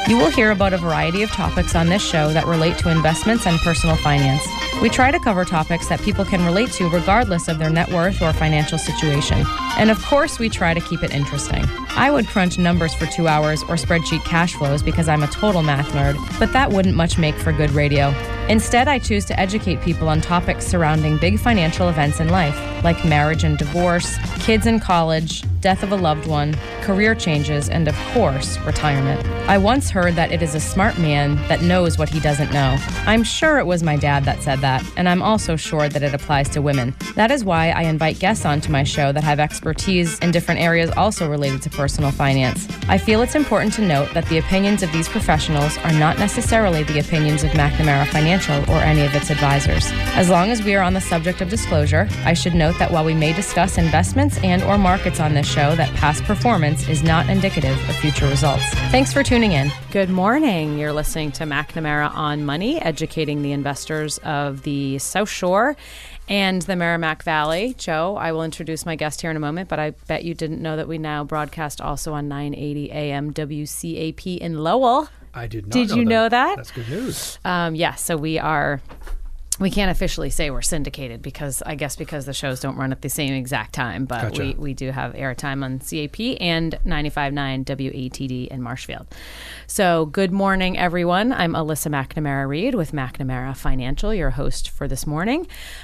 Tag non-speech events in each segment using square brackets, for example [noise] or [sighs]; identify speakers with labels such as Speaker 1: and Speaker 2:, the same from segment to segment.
Speaker 1: You will hear about a variety of topics on this show that relate to investments and personal finance. We try to cover topics that people can relate to regardless of their net worth or financial situation. And of course, we try to keep it interesting. I would crunch numbers for two hours or spreadsheet cash flows because I'm a total math nerd, but that wouldn't much make for good radio. Instead, I choose to educate people on topics surrounding big financial events in life, like marriage and divorce, kids in college, death of a loved one, career changes, and of course, retirement. I once heard that it is a smart man that knows what he doesn't know. I'm sure it was my dad that said that, and I'm also sure that it applies to women. That is why I invite guests onto my show that have expertise in different areas also related to personal finance. I feel it's important to note that the opinions of these professionals are not necessarily the opinions of McNamara Financial or any of its advisors. As long as we are on the subject of disclosure, I should note that while we may discuss investments and or markets on this show, that past performance is not indicative of future results. Thanks for tuning in.
Speaker 2: Good morning. You're listening to McNamara on Money, educating the investors of the South Shore and the Merrimack Valley. Joe, I will introduce my guest here in a moment, but I bet you didn't know that we now broadcast also on 980 AM WCAP in Lowell.
Speaker 3: I did not.
Speaker 2: Did
Speaker 3: know
Speaker 2: you know that?
Speaker 3: That's good news.
Speaker 2: Um, yeah, so we are. We can't officially say we're syndicated because I guess because the shows don't run at the same exact time, but
Speaker 3: Gotcha.
Speaker 2: we, we do have airtime on CAP and 95.9 WATD in Marshfield. So, good morning, everyone. I'm Alyssa McNamara Reed with McNamara Financial, your host for this morning.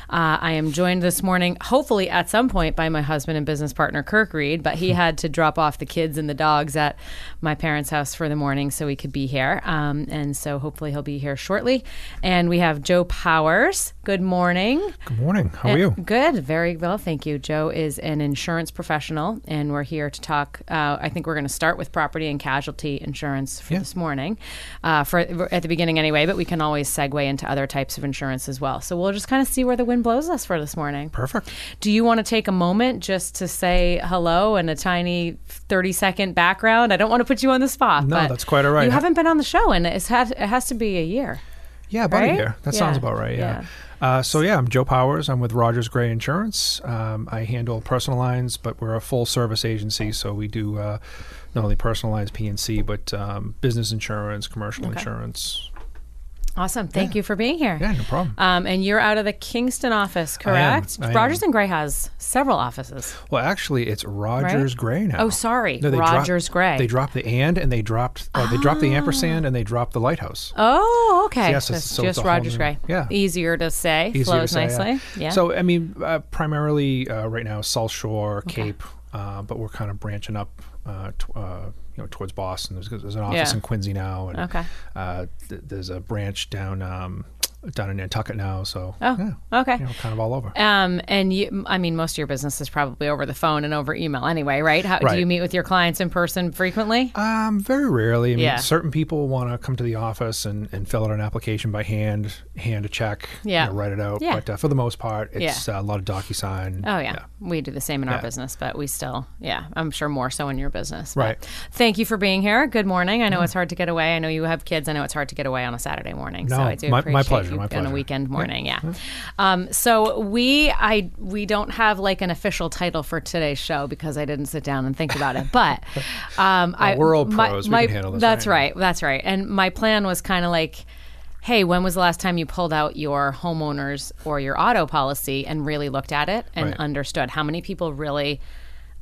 Speaker 2: Uh, I am joined this morning, hopefully at some point, by my husband and business partner, Kirk Reed, but he had to drop off the kids and the dogs at my parents' house for the morning so we could be here. Um, and so, hopefully, he'll be here shortly. And we have Joe Powers. Good morning.
Speaker 3: Good morning. How are you?
Speaker 2: Good, very well, thank you. Joe is an insurance professional, and we're here to talk. Uh, I think we're going to start with property and casualty insurance for
Speaker 3: Yeah.
Speaker 2: this morning, uh, for at the beginning anyway. But we can always segue into other types of insurance as well. So we'll just kind of see where the wind blows us for this morning.
Speaker 3: Perfect.
Speaker 2: Do you want to take a moment just to say hello and a tiny thirty-second background? I don't want to put you on the spot.
Speaker 3: No,
Speaker 2: but
Speaker 3: that's quite all right.
Speaker 2: You haven't been on the show, and it's had, it has to be a year.
Speaker 3: Yeah, about a
Speaker 2: Right?
Speaker 3: year. That
Speaker 2: Yeah.
Speaker 3: sounds about right. Yeah. Uh, so yeah, I'm Joe Powers. I'm with Rogers Gray Insurance. Um, I handle personal lines, but we're a full service agency, so we do uh, not only personal lines, PNC, but um, business insurance, commercial insurance.
Speaker 2: Awesome. Thank you for being here.
Speaker 3: Yeah, no problem.
Speaker 2: Um, and you're out of the Kingston office,
Speaker 3: am.
Speaker 2: correct?
Speaker 3: I am.
Speaker 2: Rogers and Gray has several offices.
Speaker 3: well, actually, it's Rogers Gray now.
Speaker 2: Oh, sorry,
Speaker 3: they dropped-
Speaker 2: Rogers Gray. Ah.
Speaker 3: They dropped the and, and they dropped uh, they dropped the ampersand, and they dropped the lighthouse.
Speaker 2: Oh, okay.
Speaker 3: Yes,
Speaker 2: So
Speaker 3: it's-
Speaker 2: it's
Speaker 3: so it's
Speaker 2: just
Speaker 3: a whole
Speaker 2: Rogers
Speaker 3: new-
Speaker 2: Gray.
Speaker 3: yeah.
Speaker 2: Easier to say.
Speaker 3: Easier
Speaker 2: flows
Speaker 3: to say, yeah.
Speaker 2: nicely. Yeah.
Speaker 3: So I mean, uh, primarily uh, right now South Shore, Cape, uh, but we're kind of branching up, uh, t- uh, you know, towards Boston. There's, there's an office
Speaker 2: Yeah.
Speaker 3: in Quincy now, and
Speaker 2: Okay.
Speaker 3: uh, th- there's a branch down um, down in Nantucket now. So
Speaker 2: Oh,
Speaker 3: yeah,
Speaker 2: okay.
Speaker 3: you know, kind of all over.
Speaker 2: Um, and you, I mean, most of your business is probably over the phone and over email anyway, right? How do
Speaker 3: Right.
Speaker 2: you meet with your clients in person frequently?
Speaker 3: Um, very rarely. I mean,
Speaker 2: Yeah.
Speaker 3: certain people want to come to the office and, and fill out an application by hand, hand a check, you
Speaker 2: Yeah.
Speaker 3: know, write it out.
Speaker 2: Yeah.
Speaker 3: But uh, for the most part, it's uh, a lot of DocuSign.
Speaker 2: Oh yeah. we do the same in our
Speaker 3: Yeah.
Speaker 2: business, but we still, yeah, I'm sure more so in your business. But
Speaker 3: Right.
Speaker 2: Thank you for being here. Good morning. I know it's hard to get away. I know you have kids. I know it's hard to get away on a Saturday morning. so
Speaker 3: No,
Speaker 2: I do
Speaker 3: my- my
Speaker 2: appreciate
Speaker 3: pleasure,
Speaker 1: you
Speaker 3: my
Speaker 1: on a
Speaker 3: pleasure.
Speaker 1: weekend morning. Yeah. Um, so we I we don't have like an official title for today's show because I didn't sit down and think about it.
Speaker 3: [laughs]
Speaker 1: But um, I,
Speaker 3: we're all
Speaker 1: my-
Speaker 3: pros. We
Speaker 1: my-
Speaker 3: can handle this,
Speaker 1: That's
Speaker 3: right?
Speaker 1: right. That's right. And my plan was kind of like. Hey, when was the last time you pulled out your homeowners or your auto policy and really looked at it and
Speaker 3: Right.
Speaker 1: understood how many people really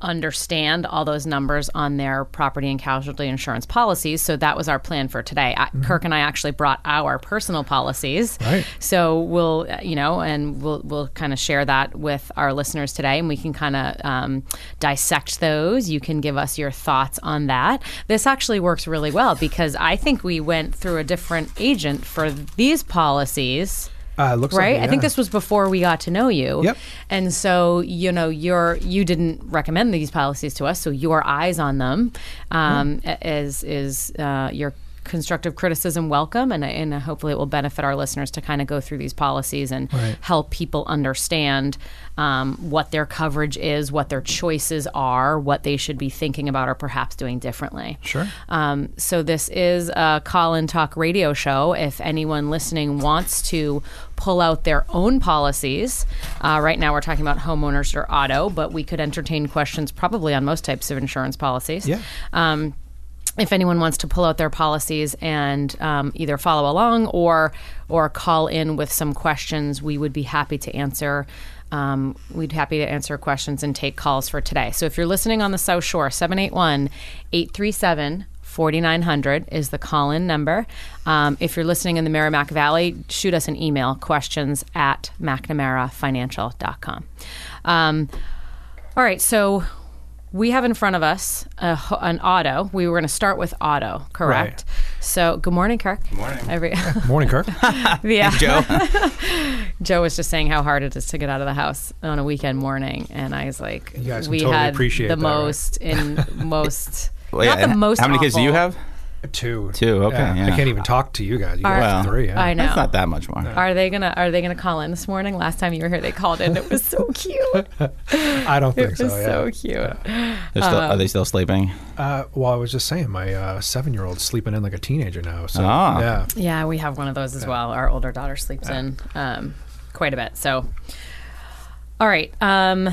Speaker 1: understand all those numbers on their property and casualty insurance policies. So that was our plan for today. I, Kirk and I actually brought our personal policies.
Speaker 3: Mm-hmm. Right.
Speaker 1: So we'll, uh, you know, and we'll we'll kind of share that with our listeners today, and we can kind of um, dissect those. You can give us your thoughts on that. This actually works really well because I think we went through a different agent for these policies
Speaker 3: Uh, looks like
Speaker 1: right?
Speaker 3: it,
Speaker 1: I think
Speaker 3: yeah.
Speaker 1: this was before we got to know you.
Speaker 3: Yep.
Speaker 1: And so you know your you didn't recommend these policies to us, so your eyes on them um, a- is is uh, your constructive criticism welcome and, and hopefully it will benefit our listeners to kind of go through these policies and
Speaker 3: Right.
Speaker 1: help people understand um, what their coverage is what their choices are what they should be thinking about or perhaps doing differently
Speaker 3: Sure.
Speaker 1: um, so this is a call and talk radio show. If anyone listening wants to pull out their own policies, uh, right now we're talking about homeowners or auto, but we could entertain questions probably on most types of insurance policies.
Speaker 3: Yeah.
Speaker 1: Um, if anyone wants to pull out their policies and um, either follow along or or call in with some questions, we would be happy to answer. Um, we'd happy to answer questions and take calls for today. So if you're listening on the South Shore, 781 837 4900 is the call in number. Um, if you're listening in the Merrimack Valley, shoot us an email questions at McNamaraFinancial.com. Um, all right, so we have in front of us a, ho- an auto. We were going to start with auto, correct? So, good morning, Kirk. Good
Speaker 4: morning.
Speaker 3: [laughs]
Speaker 1: Every, [laughs]
Speaker 2: [laughs]
Speaker 3: Morning, Kirk.
Speaker 1: yeah,
Speaker 4: Joe.
Speaker 1: Joe was just saying how hard it is to get out of the house on a weekend morning, and I was like,
Speaker 3: You guys can
Speaker 1: we
Speaker 3: totally
Speaker 1: had
Speaker 3: appreciate
Speaker 1: the
Speaker 3: that, right?
Speaker 1: most
Speaker 3: [laughs]
Speaker 1: in most.
Speaker 4: Well,
Speaker 1: not
Speaker 4: yeah,
Speaker 1: the
Speaker 4: and
Speaker 1: most.
Speaker 4: How many kids do you
Speaker 1: awful.
Speaker 4: have?
Speaker 3: Two.
Speaker 4: Two, okay,
Speaker 3: I
Speaker 4: yeah.
Speaker 3: can't even talk to you guys. You guys have
Speaker 4: Well,
Speaker 3: three. Yeah.
Speaker 1: I know.
Speaker 4: That's not that much more.
Speaker 1: Are they gonna Are they gonna call in this morning? Last time you were here, they called in. It was
Speaker 3: [laughs]
Speaker 1: so cute. It
Speaker 3: I don't think
Speaker 1: was
Speaker 3: so.
Speaker 1: so,
Speaker 3: Oh, Yeah.
Speaker 1: cute.
Speaker 4: They're still, are they still sleeping?
Speaker 3: Uh, well, I was just saying, my uh, seven-year-old's sleeping in like a teenager now. So
Speaker 4: Ah.
Speaker 3: yeah,
Speaker 1: Yeah, we have one of those as well. Our older daughter sleeps in um, quite a bit. So, all right, um,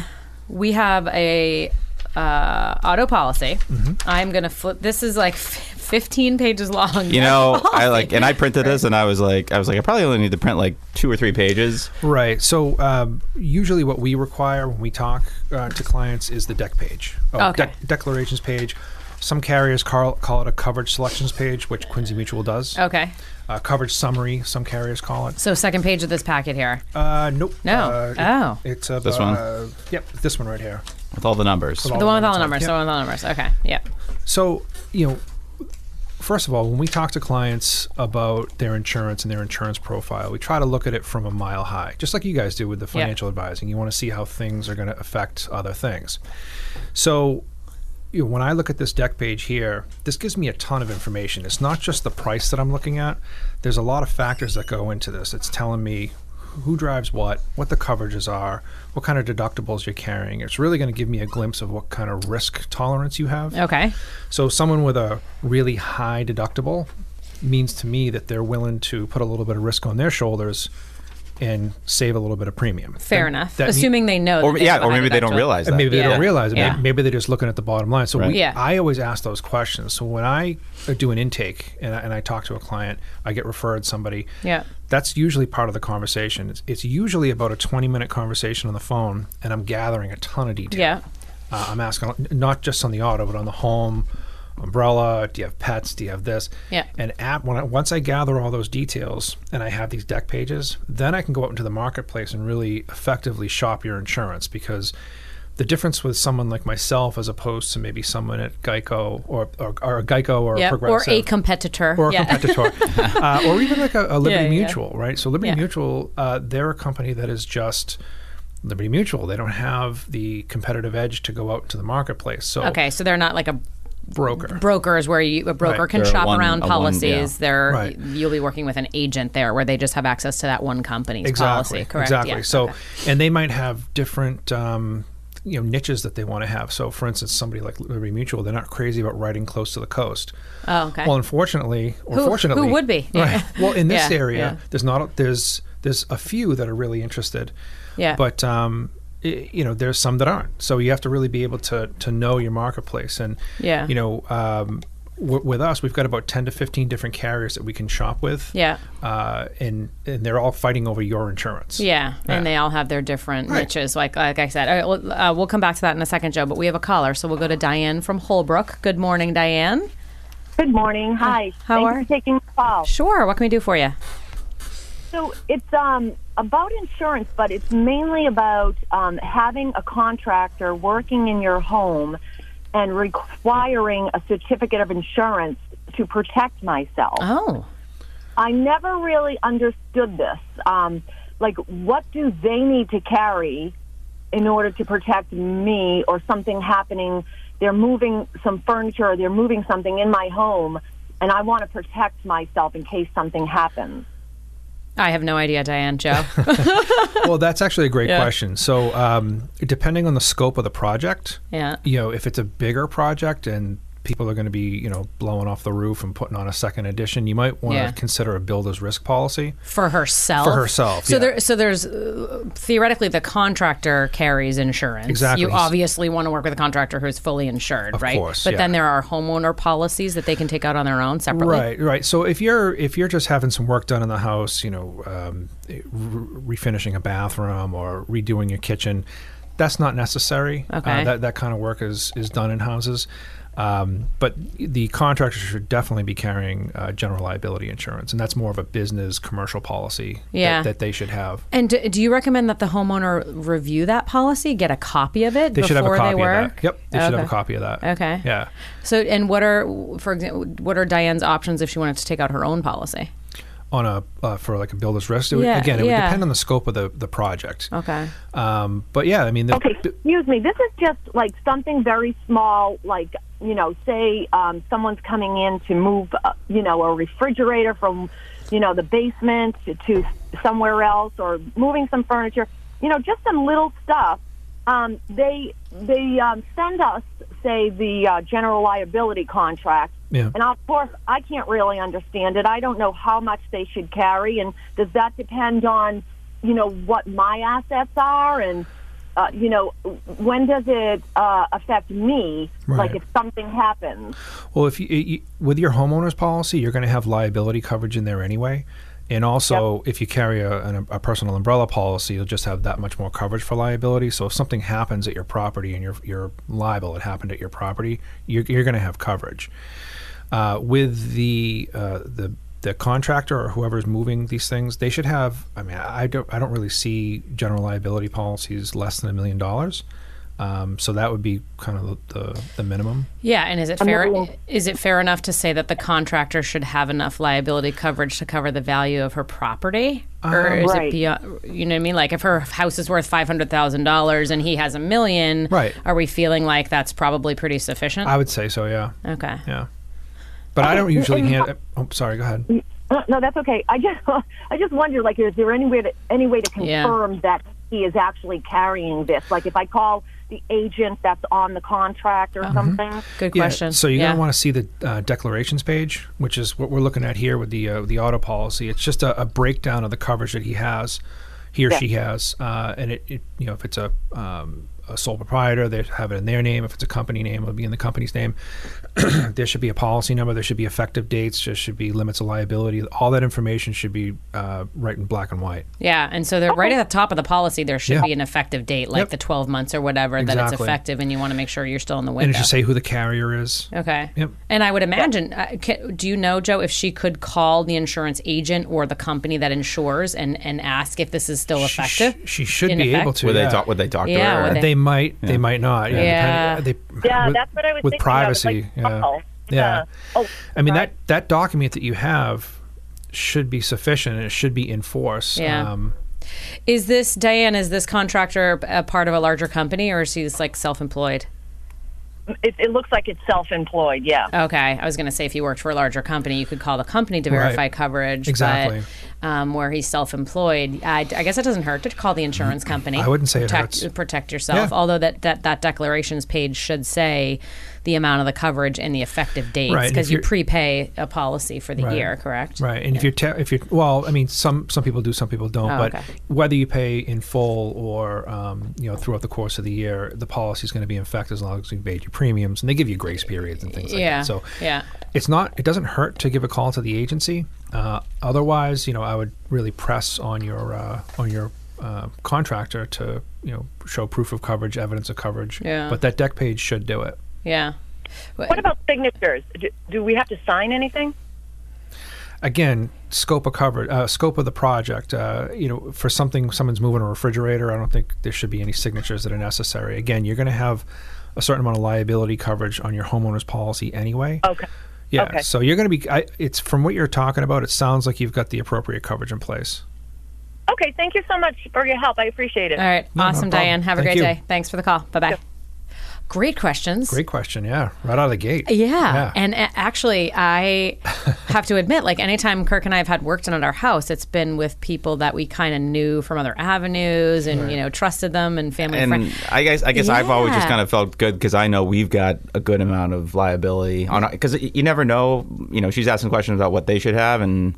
Speaker 1: we have a uh, auto policy.
Speaker 4: Mm-hmm.
Speaker 1: I'm gonna flip. This is like f- 15 pages long. [laughs]
Speaker 4: You know, I like, and I printed this, and I was like, I was like, I probably only need to print like two or three pages.
Speaker 3: right. So um, usually, what we require when we talk uh, to clients is the deck page, oh,
Speaker 1: Okay.
Speaker 3: dec- declarations page. Some carriers call, call it a coverage selections page, which Quincy Mutual does.
Speaker 1: Okay,
Speaker 3: Uh, coverage summary, some carriers call it.
Speaker 1: so second page of this packet here.
Speaker 3: Uh, nope.
Speaker 1: No.
Speaker 3: Uh,
Speaker 1: Oh.
Speaker 3: It's uh,
Speaker 4: This one?
Speaker 3: uh, yep, this one right here.
Speaker 4: With all the numbers.
Speaker 3: all
Speaker 1: the one with all the
Speaker 3: on
Speaker 1: numbers.
Speaker 3: top.
Speaker 1: The one with all the numbers. Okay. Yep.
Speaker 3: So, you know, first of all, when we talk to clients about their insurance and their insurance profile, we try to look at it from a mile high, just like you guys do with the
Speaker 1: Yeah.
Speaker 3: financial advising. You want to see how things are going to affect other things. So, you know, when I look at this deck page here, this gives me a ton of information. It's not just the price that I'm looking at. There's a lot of factors that go into this. It's telling me who drives what, what the coverages are, what kind of deductibles you're carrying. It's really going to give me a glimpse of what kind of risk tolerance you have.
Speaker 1: Okay.
Speaker 3: So someone with a really high deductible means to me that they're willing to put a little bit of risk on their shoulders and save a little bit of premium.
Speaker 1: Fair
Speaker 3: And
Speaker 1: enough.
Speaker 3: that mean-
Speaker 1: Assuming they know.
Speaker 4: Or
Speaker 1: that they
Speaker 4: yeah,
Speaker 1: have a
Speaker 4: or
Speaker 1: high
Speaker 4: maybe they don't
Speaker 1: deductible.
Speaker 4: realize that.
Speaker 3: and maybe they
Speaker 1: Yeah.
Speaker 3: don't realize it. May-
Speaker 1: Yeah.
Speaker 3: Maybe they're just looking at the bottom line. So
Speaker 4: Right.
Speaker 3: we,
Speaker 1: Yeah.
Speaker 3: I always ask those questions. So when I do an intake and I, and I talk to a client, I get referred somebody.
Speaker 1: Yeah.
Speaker 3: That's usually part of the conversation. It's, it's usually about a 20 minute conversation on the phone, and I'm gathering a ton of detail.
Speaker 1: Yeah.
Speaker 3: Uh, I'm asking n- not just on the auto, but on the home, umbrella. Do you have pets? Do you have this?
Speaker 1: Yeah.
Speaker 3: And at when I, once I gather all those details and I have these deck pages, then I can go out into the marketplace and really effectively shop your insurance because the difference with someone like myself as opposed to maybe someone at Geico or or, or a Geico or
Speaker 1: Yeah.
Speaker 3: a
Speaker 1: Or
Speaker 3: Progressive
Speaker 1: a competitor.
Speaker 3: or a
Speaker 1: yeah. [laughs]
Speaker 3: competitor, uh, or even like a, a Liberty
Speaker 1: Yeah, yeah.
Speaker 3: Mutual, right? So Liberty
Speaker 1: Yeah.
Speaker 3: Mutual, uh, they're a company that is just Liberty Mutual. They don't have the competitive edge to go out into the marketplace. So
Speaker 1: okay. So they're not like a
Speaker 3: broker,
Speaker 1: brokers where you a broker
Speaker 3: Right.
Speaker 1: can
Speaker 4: They're a
Speaker 1: shop
Speaker 4: one-
Speaker 1: around
Speaker 4: a one-
Speaker 1: policies.
Speaker 4: yeah.
Speaker 1: There,
Speaker 3: Right.
Speaker 1: you'll be working with an agent there where they just have access to that one company's
Speaker 3: exactly,
Speaker 1: policy. Correct.
Speaker 3: exactly.
Speaker 1: Yeah.
Speaker 3: So
Speaker 1: Okay.
Speaker 3: and they might have different. Um, you know niches that they want to have. So, for instance, somebody like Liberty Mutual, they're not crazy about writing close to the coast.
Speaker 1: Oh, okay.
Speaker 3: Well, unfortunately, or
Speaker 1: Who-
Speaker 3: fortunately,
Speaker 1: who would be?
Speaker 3: Right. Well, in
Speaker 1: [laughs]
Speaker 3: this
Speaker 1: Yeah,
Speaker 3: area,
Speaker 1: yeah.
Speaker 3: there's not a, there's there's a few that are really interested.
Speaker 1: Yeah.
Speaker 3: But um, i you know, there's some that aren't. So you have to really be able to to know your marketplace, and
Speaker 1: Yeah.
Speaker 3: you know. Um, w- with us, we've got about ten to fifteen different carriers that we can shop with.
Speaker 1: Yeah.
Speaker 3: uh, and and they're all fighting over your insurance.
Speaker 1: Yeah, and
Speaker 3: Yeah.
Speaker 1: they all have their different
Speaker 3: Right.
Speaker 1: niches. Like like I said, all right, well, uh, we'll come back to that in a second, Joe. But we have a caller, so we'll go to Diane from Holbrook. Good morning, Diane.
Speaker 5: Good morning. Hi.
Speaker 1: How
Speaker 5: Thanks
Speaker 1: are-
Speaker 5: for taking the call.
Speaker 1: Sure, what can we do for you?
Speaker 5: So it's um, about insurance, but it's mainly about um, having a contractor working in your home and requiring a certificate of insurance to protect myself.
Speaker 1: Oh,
Speaker 5: I never really understood this. Um, like, what do they need to carry in order to protect me or something happening? They're moving some furniture or they're moving something in my home, and I want to protect myself in case something happens.
Speaker 1: I have no idea, Diane. Joe.
Speaker 3: Well, that's actually a great
Speaker 1: Yeah.
Speaker 3: question. So, um, depending on the scope of the project,
Speaker 1: Yeah.
Speaker 3: you know, if it's a bigger project and people are going to be, you know, blowing off the roof and putting on a second edition, you might want to
Speaker 1: Yeah.
Speaker 3: consider a builder's risk policy.
Speaker 1: for herself.
Speaker 3: For herself,
Speaker 1: So
Speaker 3: yeah.
Speaker 1: there, so there's uh, theoretically the contractor carries insurance.
Speaker 3: Exactly.
Speaker 1: You obviously want to work with a contractor who's fully insured,
Speaker 3: Of
Speaker 1: right?
Speaker 3: course,
Speaker 1: but
Speaker 3: yeah.
Speaker 1: then there are homeowner policies that they can take out on their own separately.
Speaker 3: Right, right. So if you're if you're just having some work done in the house, you know, um, re- refinishing a bathroom or redoing your kitchen, that's not necessary. Uh,
Speaker 1: Okay.
Speaker 3: that that kind of work is is done in houses. Um, but the contractor should definitely be carrying uh, general liability insurance, and that's more of a business commercial policy that-
Speaker 1: Yeah.
Speaker 3: that, they should have.
Speaker 1: And do, do you recommend that the homeowner review that policy, get a copy of it
Speaker 3: They should
Speaker 1: before
Speaker 3: have
Speaker 1: they
Speaker 3: a copy
Speaker 1: work?
Speaker 3: of that. Yep, they should have a copy of that.
Speaker 1: Okay.
Speaker 3: Yeah.
Speaker 1: So, and what are, for example, what are Diane's options if she wanted to take out her own policy?
Speaker 3: On a uh, for like a builder's risk. It would-
Speaker 1: Yeah,
Speaker 3: again, it
Speaker 1: yeah. Oh.
Speaker 3: would depend on the scope of the, the project.
Speaker 1: Okay.
Speaker 3: Um, but yeah, I mean, the,
Speaker 5: Okay, excuse me. This is just like something very small, like, you know, say um, someone's coming in to move, uh, you know, a refrigerator from, you know, the basement to, to somewhere else or moving some furniture, you know, just some little stuff. Um, they they um, send us, say, the uh, general liability contract.
Speaker 3: Yeah.
Speaker 5: And of course, I can't really understand it. I don't know how much they should carry, and does that depend on, you know, what my assets are, and uh, you know, when does it uh, affect me? Like
Speaker 3: Right.
Speaker 5: if something happens.
Speaker 3: Well, if you, you with your homeowner's policy, you're going to have liability coverage in there anyway. And also, if you carry a, an, a personal umbrella policy, you'll just have that much more coverage for liability. So if something happens at your property and you're, you're liable, it happened at your property, you're, you're going to have coverage. Uh, with the uh, the the contractor or whoever's moving these things, they should have. I mean, I don't I don't really see general liability policies less than a million dollars. Um, so that would be kind of the, the, the minimum.
Speaker 1: Yeah, and is it fair?
Speaker 5: not-
Speaker 1: Is it fair enough to say that the contractor should have enough liability coverage to cover the value of her property, or is it
Speaker 5: Uh, Right.
Speaker 1: beyond? You know what I mean? Like, if her house is worth five hundred thousand dollars and he has a million,
Speaker 3: Right.
Speaker 1: Are we feeling like that's probably pretty sufficient?
Speaker 3: I would say so. Yeah.
Speaker 1: okay.
Speaker 3: Yeah. But I don't usually
Speaker 5: and-
Speaker 3: hand. Oh, sorry. Go ahead.
Speaker 1: Mm,
Speaker 5: Uh, No, that's okay. I just [laughs] I just wonder, like, is there any way to any way to
Speaker 1: Yeah.
Speaker 5: confirm that he is actually carrying this? Like, if I call the agent that's on the contract or something.
Speaker 1: Uh-huh. Good
Speaker 3: Yeah,
Speaker 1: question.
Speaker 3: So you're
Speaker 1: yeah.
Speaker 3: gonna want to see the uh, declarations page, which is what we're looking at here with the uh, the auto policy. It's just a, a breakdown of the coverage that he has, he or she has, uh, and it, it you know if it's a um, a sole proprietor, they have it in their name. If it's a company name, it'll be in the company's name. [clears throat] there should be a policy number. There should be effective dates. There should be limits of liability. All that information should be uh, right in black and white.
Speaker 1: Yeah, and so they're right at the top of the policy. There should
Speaker 3: Yeah.
Speaker 1: be an effective date, like
Speaker 3: Yep.
Speaker 1: the twelve months or whatever, that it's
Speaker 3: Exactly.
Speaker 1: effective, and you want to make sure you're still in the
Speaker 3: And it
Speaker 1: window.
Speaker 3: should say who the carrier is.
Speaker 1: Okay.
Speaker 3: Yep.
Speaker 1: And I would imagine, uh, ca do you know, Joe, if she could call the insurance agent or the company that insures and, and ask if this is still
Speaker 3: She-
Speaker 1: effective?
Speaker 3: She, should
Speaker 1: In
Speaker 3: be
Speaker 1: effect?
Speaker 3: able to.
Speaker 4: Would
Speaker 3: yeah.
Speaker 4: they talk? Would they talk
Speaker 1: Yeah,
Speaker 4: to
Speaker 1: would
Speaker 4: her?
Speaker 1: they-
Speaker 3: They, might. They might not. Yeah.
Speaker 1: Yeah.
Speaker 3: depending- they-
Speaker 5: Yeah,
Speaker 3: with-
Speaker 5: that's what I was
Speaker 3: With
Speaker 5: thinking. I was
Speaker 3: privacy.
Speaker 5: like,
Speaker 3: yeah.
Speaker 5: oh,
Speaker 3: yeah.
Speaker 5: yeah. Oh,
Speaker 3: I mean
Speaker 5: right.
Speaker 3: that that document that you have should be sufficient and it should be in force.
Speaker 1: Yeah.
Speaker 3: Um,
Speaker 1: Is this, Diane, is this contractor a part of a larger company or is she just like self employed?
Speaker 5: It, it looks like it's self-employed. Yeah.
Speaker 1: Okay. I was going to say if you worked for a larger company, you could call the company to verify coverage.
Speaker 3: Exactly.
Speaker 1: But um, where he's self-employed, I, I guess it doesn't hurt to call the insurance company.
Speaker 3: Mm-hmm. I wouldn't say it
Speaker 1: protect,
Speaker 3: hurts.
Speaker 1: Protect yourself.
Speaker 3: Yeah.
Speaker 1: Although that, that that declarations page should say the amount of the coverage and the effective dates
Speaker 3: Right, and
Speaker 1: because
Speaker 3: if
Speaker 1: you
Speaker 3: you're-
Speaker 1: prepay a policy for the
Speaker 3: Right.
Speaker 1: year, correct?
Speaker 3: Right, and if you're te- if you're well, I mean, some some people do, some people don't.
Speaker 1: Oh,
Speaker 3: but
Speaker 1: okay.
Speaker 3: whether you pay in full or um, you know throughout the course of the year, the policy is going to be in effect as long as you paid your premiums, and they give you grace periods and things like
Speaker 1: Yeah.
Speaker 3: that. So
Speaker 1: yeah.
Speaker 3: it's not it doesn't hurt to give a call to the agency. Uh, otherwise, you know, I would really press on your uh, on your uh, contractor to you know show proof of coverage, evidence of coverage.
Speaker 1: Yeah.
Speaker 3: But that deck page should do it.
Speaker 1: Yeah. Wha-
Speaker 5: What about signatures? Do, do we have to sign anything?
Speaker 3: again scope of cover uh, scope of the project uh, you know for something someone's moving a refrigerator i don't think there should be any signatures that are necessary again you're going to have a certain amount of liability coverage on your homeowner's policy anyway
Speaker 5: Okay.
Speaker 3: yeah
Speaker 5: Oh, okay.
Speaker 3: so you're going to be I, it's from what you're talking about it sounds like you've got the appropriate coverage in place
Speaker 5: Okay. Thank you so much for your help. I appreciate it.
Speaker 1: All right.
Speaker 3: No, no
Speaker 1: awesome,
Speaker 3: problem.
Speaker 1: Diane. Have a great
Speaker 3: Thank you.
Speaker 1: day. Thanks for the call. Bye bye. Great questions.
Speaker 3: great question yeah right out of the gate
Speaker 1: Yeah.
Speaker 3: yeah.
Speaker 1: And a- actually,
Speaker 3: [laughs]
Speaker 1: I have to admit, like, anytime Kirk and I have had work done at our house, it's been with people that we kind of knew from other avenues and, you know, trusted them and family and
Speaker 4: And
Speaker 1: friends.
Speaker 4: I guess I guess I've always just
Speaker 1: Yeah.
Speaker 4: kind of felt good because I know we've got a good amount of liability on because you never know. You know, she's asking questions about what they should have, and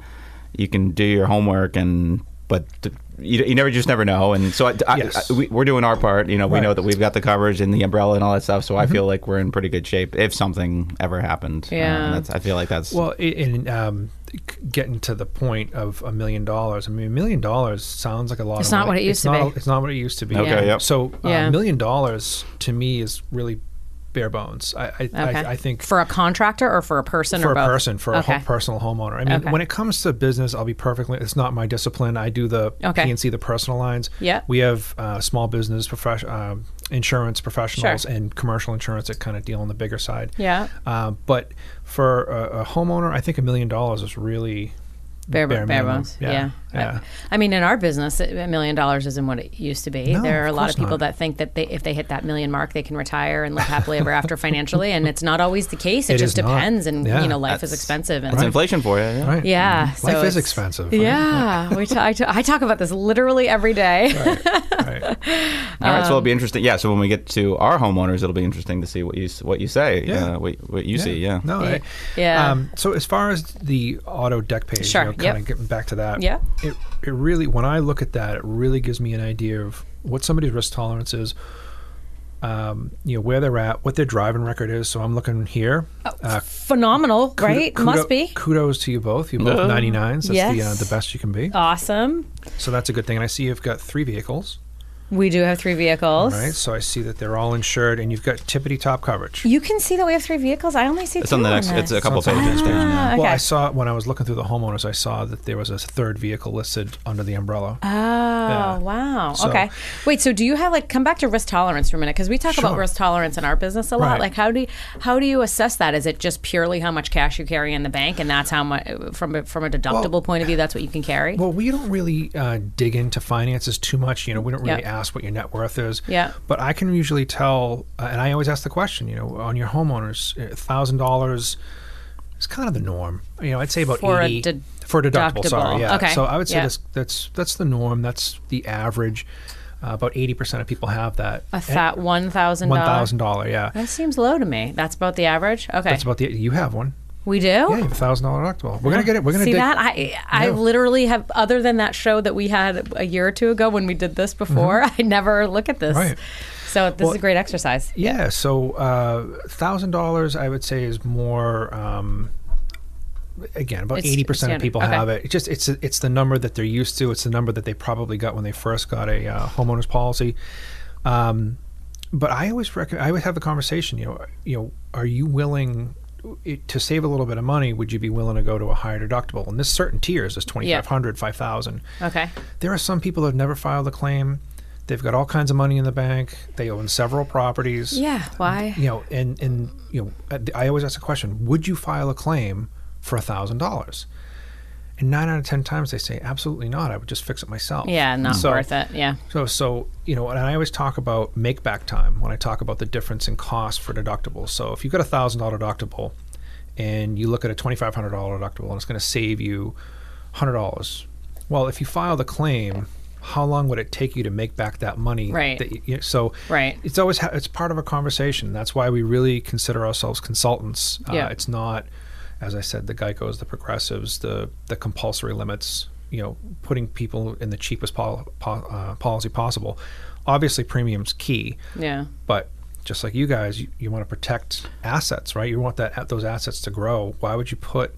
Speaker 4: you can do your homework and. But th- you, you never just never know, and so I, I-
Speaker 3: Yes.
Speaker 4: I- we, we're doing our part. You know, we
Speaker 3: Right. Mm-hmm.
Speaker 4: know that we've got the coverage and the umbrella and all that stuff. So I feel like we're in pretty good shape if something ever happened. Uh,
Speaker 1: Yeah.
Speaker 4: and that's, I feel like that's
Speaker 3: Well, i- in um, c- getting to the point of a million dollars, I mean, a million dollars sounds like a lot.
Speaker 1: It's
Speaker 3: of
Speaker 1: not
Speaker 3: money.
Speaker 1: what it used
Speaker 3: it's
Speaker 1: to
Speaker 3: not,
Speaker 1: be.
Speaker 3: It's not what it used to be.
Speaker 4: Okay, Yeah. yep.
Speaker 3: So uh, a
Speaker 1: Yeah.
Speaker 3: million dollars to me is really bare bones. I, I, I, I think
Speaker 1: for a contractor or for a person
Speaker 3: for
Speaker 1: or
Speaker 3: a
Speaker 1: both?
Speaker 3: person, for
Speaker 1: Okay.
Speaker 3: a ho- personal homeowner. I mean,
Speaker 1: Okay.
Speaker 3: when it comes to business, I'll be perfectly. It's not my discipline. I do the
Speaker 1: Okay.
Speaker 3: PNC, the personal lines.
Speaker 1: Yeah.
Speaker 3: we have uh, small business profession, uh, insurance professionals, and commercial insurance that kind of deal on the bigger side.
Speaker 1: Yeah.
Speaker 3: Uh, but for a, a homeowner, I think a million dollars is really
Speaker 1: Bare, bare,
Speaker 3: bare minimum.
Speaker 1: bones. Yeah.
Speaker 3: Yeah, yeah.
Speaker 1: I, I mean, in our business, a million dollars isn't what it used to be.
Speaker 3: No,
Speaker 1: there are a
Speaker 3: of
Speaker 1: lot
Speaker 3: course
Speaker 1: of people
Speaker 3: not.
Speaker 1: that think that they, if they hit that million mark, they can retire and live happily ever after financially. And it's not always the case. It,
Speaker 3: It
Speaker 1: just
Speaker 3: is not.
Speaker 1: depends. And,
Speaker 3: Yeah.
Speaker 1: you know, life is
Speaker 4: That's-
Speaker 1: expensive. And
Speaker 4: that's inflation for you. Yeah.
Speaker 3: right.
Speaker 1: Uh, Yeah.
Speaker 3: Mhm.
Speaker 1: so
Speaker 3: life is
Speaker 1: it's-
Speaker 3: expensive. right?
Speaker 1: Yeah. we t- I, t- I talk about this literally every day.
Speaker 3: Right.
Speaker 4: All
Speaker 1: Um,
Speaker 4: right, so it'll be interesting. Yeah, so when we get to our homeowners, it'll be interesting to see what you s- what you say.
Speaker 3: Yeah.
Speaker 4: uh, what, what you see. Yeah.
Speaker 3: No. I-
Speaker 1: Yeah.
Speaker 3: Um, so as far as the auto deck page,
Speaker 1: Sure,
Speaker 3: you know,
Speaker 1: yep.
Speaker 3: kind of getting back to that.
Speaker 1: Yeah.
Speaker 3: It it really when I look at that, it really gives me an idea of what somebody's risk tolerance is. Um, you know where they're at, what their driving record is. So I'm looking here. Uh,
Speaker 1: [laughs] Phenomenal,
Speaker 3: kudo-
Speaker 1: right?
Speaker 3: kudo-
Speaker 1: Must be.
Speaker 3: Kudos to you both. You
Speaker 4: Uh-huh.
Speaker 3: both 99s. That's the uh,
Speaker 1: yes.
Speaker 3: the best you can be.
Speaker 1: Awesome.
Speaker 3: So that's a good thing. And I see you've got three vehicles.
Speaker 1: We do have three vehicles.
Speaker 3: All right, so I see that they're all insured, and you've got tippity top coverage.
Speaker 1: You can see that we have three vehicles. I only see
Speaker 4: It's
Speaker 1: two
Speaker 4: on the next.
Speaker 1: this.
Speaker 4: It's a couple
Speaker 3: Sounds like
Speaker 4: pages.
Speaker 3: it's
Speaker 4: down, yeah.
Speaker 1: Ah, okay.
Speaker 3: Well, I saw when I was looking through the homeowners, I saw that there was a third vehicle listed under the umbrella.
Speaker 1: Oh wow!
Speaker 3: So-
Speaker 1: okay, wait. So, do you have like come back to risk tolerance for a minute because we talk about
Speaker 3: Sure.
Speaker 1: risk tolerance in our business a lot.
Speaker 3: Right.
Speaker 1: Like, how do you, how do you assess that? Is it just purely how much cash you carry in the bank, and that's how much from a, from a deductible
Speaker 3: Well-
Speaker 1: point of view, that's what you can carry?
Speaker 3: Well, we don't really uh, dig into finances too much. You know, we don't really
Speaker 1: Yeah.
Speaker 3: ask what your net worth is.
Speaker 1: Yeah.
Speaker 3: But I can usually tell, uh, and I always ask the question. You know, on your homeowners, uh, thousand dollars is kind of the norm. You know, I'd say about
Speaker 1: For a
Speaker 3: 80
Speaker 1: de-
Speaker 3: for a deductible.
Speaker 1: deductible.
Speaker 3: Sorry, yeah.
Speaker 1: Okay.
Speaker 3: So I would say
Speaker 1: Yeah.
Speaker 3: that's that's that's the norm. That's the average. Uh, about eighty percent of people have that.
Speaker 1: a fat one thousand
Speaker 3: eh, One
Speaker 1: dollars.
Speaker 3: thousand dollar. Yeah.
Speaker 1: That seems low to me. That's about the average. Okay,
Speaker 3: That's about the. You have one.
Speaker 1: we do.
Speaker 3: Yeah, you have a thousand dollar deductible. We're gonna get it. We're gonna
Speaker 1: See
Speaker 3: dig-
Speaker 1: that? I I
Speaker 3: No.
Speaker 1: literally have other than that show that we had a year or two ago when we did this before. [laughs] I never look at this.
Speaker 3: Mm-hmm. Right.
Speaker 1: So this is a great exercise.
Speaker 3: Yeah, so uh, thousand dollars, I would say, is more. Um, again, about
Speaker 1: It's
Speaker 3: eighty percent
Speaker 1: standard.
Speaker 3: of people
Speaker 1: Okay.
Speaker 3: have it. It just it's it's the number that they're used to. It's the number that they probably got when they first got a uh, homeowner's policy. Um, but I always reckon I always have the conversation. You know, you know, are you willing? It, to save a little bit of money, would you be willing to go to a higher deductible? And there's certain tiers, there's 2500 5000
Speaker 1: Okay.
Speaker 3: there are some people that have never filed a claim. They've got all kinds of money in the bank. They own several properties.
Speaker 1: Yeah. Why?
Speaker 3: You know, and and you know, uh, th- I always ask the question: Would you file a claim for a thousand dollars? And nine out of ten times they say, "Absolutely not. I would just fix it myself."
Speaker 1: Yeah. Not
Speaker 3: So-
Speaker 1: worth it. Yeah.
Speaker 3: So, so you know, and I always talk about make back time when I talk about the difference in cost for deductibles. So, if you've got a thousand dollar deductible, and you look at a twenty five hundred dollar deductible, and it's going to save you hundred dollars, well, if you file the claim, how long would it take you to make back that money?
Speaker 1: Right.
Speaker 3: That you- you, so
Speaker 1: Right.
Speaker 3: it's always ha- it's part of a conversation. That's why we really consider ourselves consultants.
Speaker 1: Yeah.
Speaker 3: Uh, it's not, as I said, the Geico's, the Progressives, the the compulsory limits. You know, putting people in the cheapest pol- po- uh, policy possible. Obviously, premium's key
Speaker 1: Yeah.
Speaker 3: but just like you guys, you, you want to protect assets, right? You want that those assets to grow. Why would you put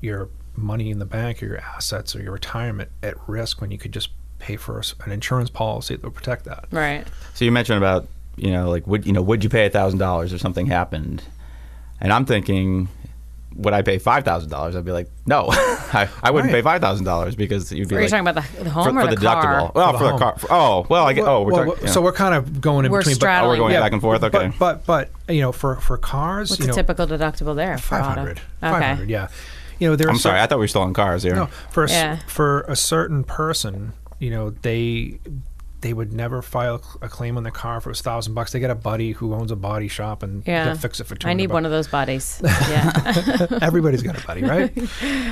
Speaker 3: your money in the bank or your assets or your retirement at risk when you could just pay for a s- an insurance policy that would protect that?
Speaker 1: Right.
Speaker 4: So you mentioned about you know like would you know would you pay thousand dollars if something happened, and I'm thinking. Would I pay five thousand dollars? I'd be like, no, [laughs] I, I wouldn't
Speaker 3: Right.
Speaker 4: pay five thousand dollars because you'd be.
Speaker 1: Are you
Speaker 4: like,
Speaker 1: talking about the- the home
Speaker 4: for,
Speaker 1: or
Speaker 4: for
Speaker 1: the car?
Speaker 4: deductible? Well,
Speaker 3: For
Speaker 4: for,
Speaker 3: the
Speaker 4: the
Speaker 3: home.
Speaker 4: car. oh, well, I get. Oh, we're
Speaker 3: Well,
Speaker 4: talking.
Speaker 3: well, so
Speaker 4: yeah.
Speaker 3: we're kind of going in
Speaker 1: We're
Speaker 3: between.
Speaker 1: straddling.
Speaker 4: Oh, we're going
Speaker 1: Yeah,
Speaker 4: back and forth.
Speaker 3: But,
Speaker 4: Okay.
Speaker 3: but but you know, for for cars,
Speaker 1: What's
Speaker 3: you know,
Speaker 1: a typical deductible there? for auto?
Speaker 3: 500,
Speaker 1: Okay.
Speaker 3: 500, yeah. You know, there.
Speaker 4: I'm
Speaker 3: are
Speaker 4: sorry.
Speaker 3: cer-
Speaker 4: I thought we were still on cars here.
Speaker 3: No, for a, s-
Speaker 1: Yeah.
Speaker 3: for a certain person, you know, they they would never file a claim on the car if it was thousand bucks. They got a buddy who owns a body shop and
Speaker 1: Yeah.
Speaker 3: they'll fix it for two
Speaker 1: I
Speaker 3: hundred.
Speaker 1: need one of those
Speaker 3: [laughs]
Speaker 1: bodies. Yeah.
Speaker 3: Everybody's got a
Speaker 1: [laughs]
Speaker 3: buddy, right?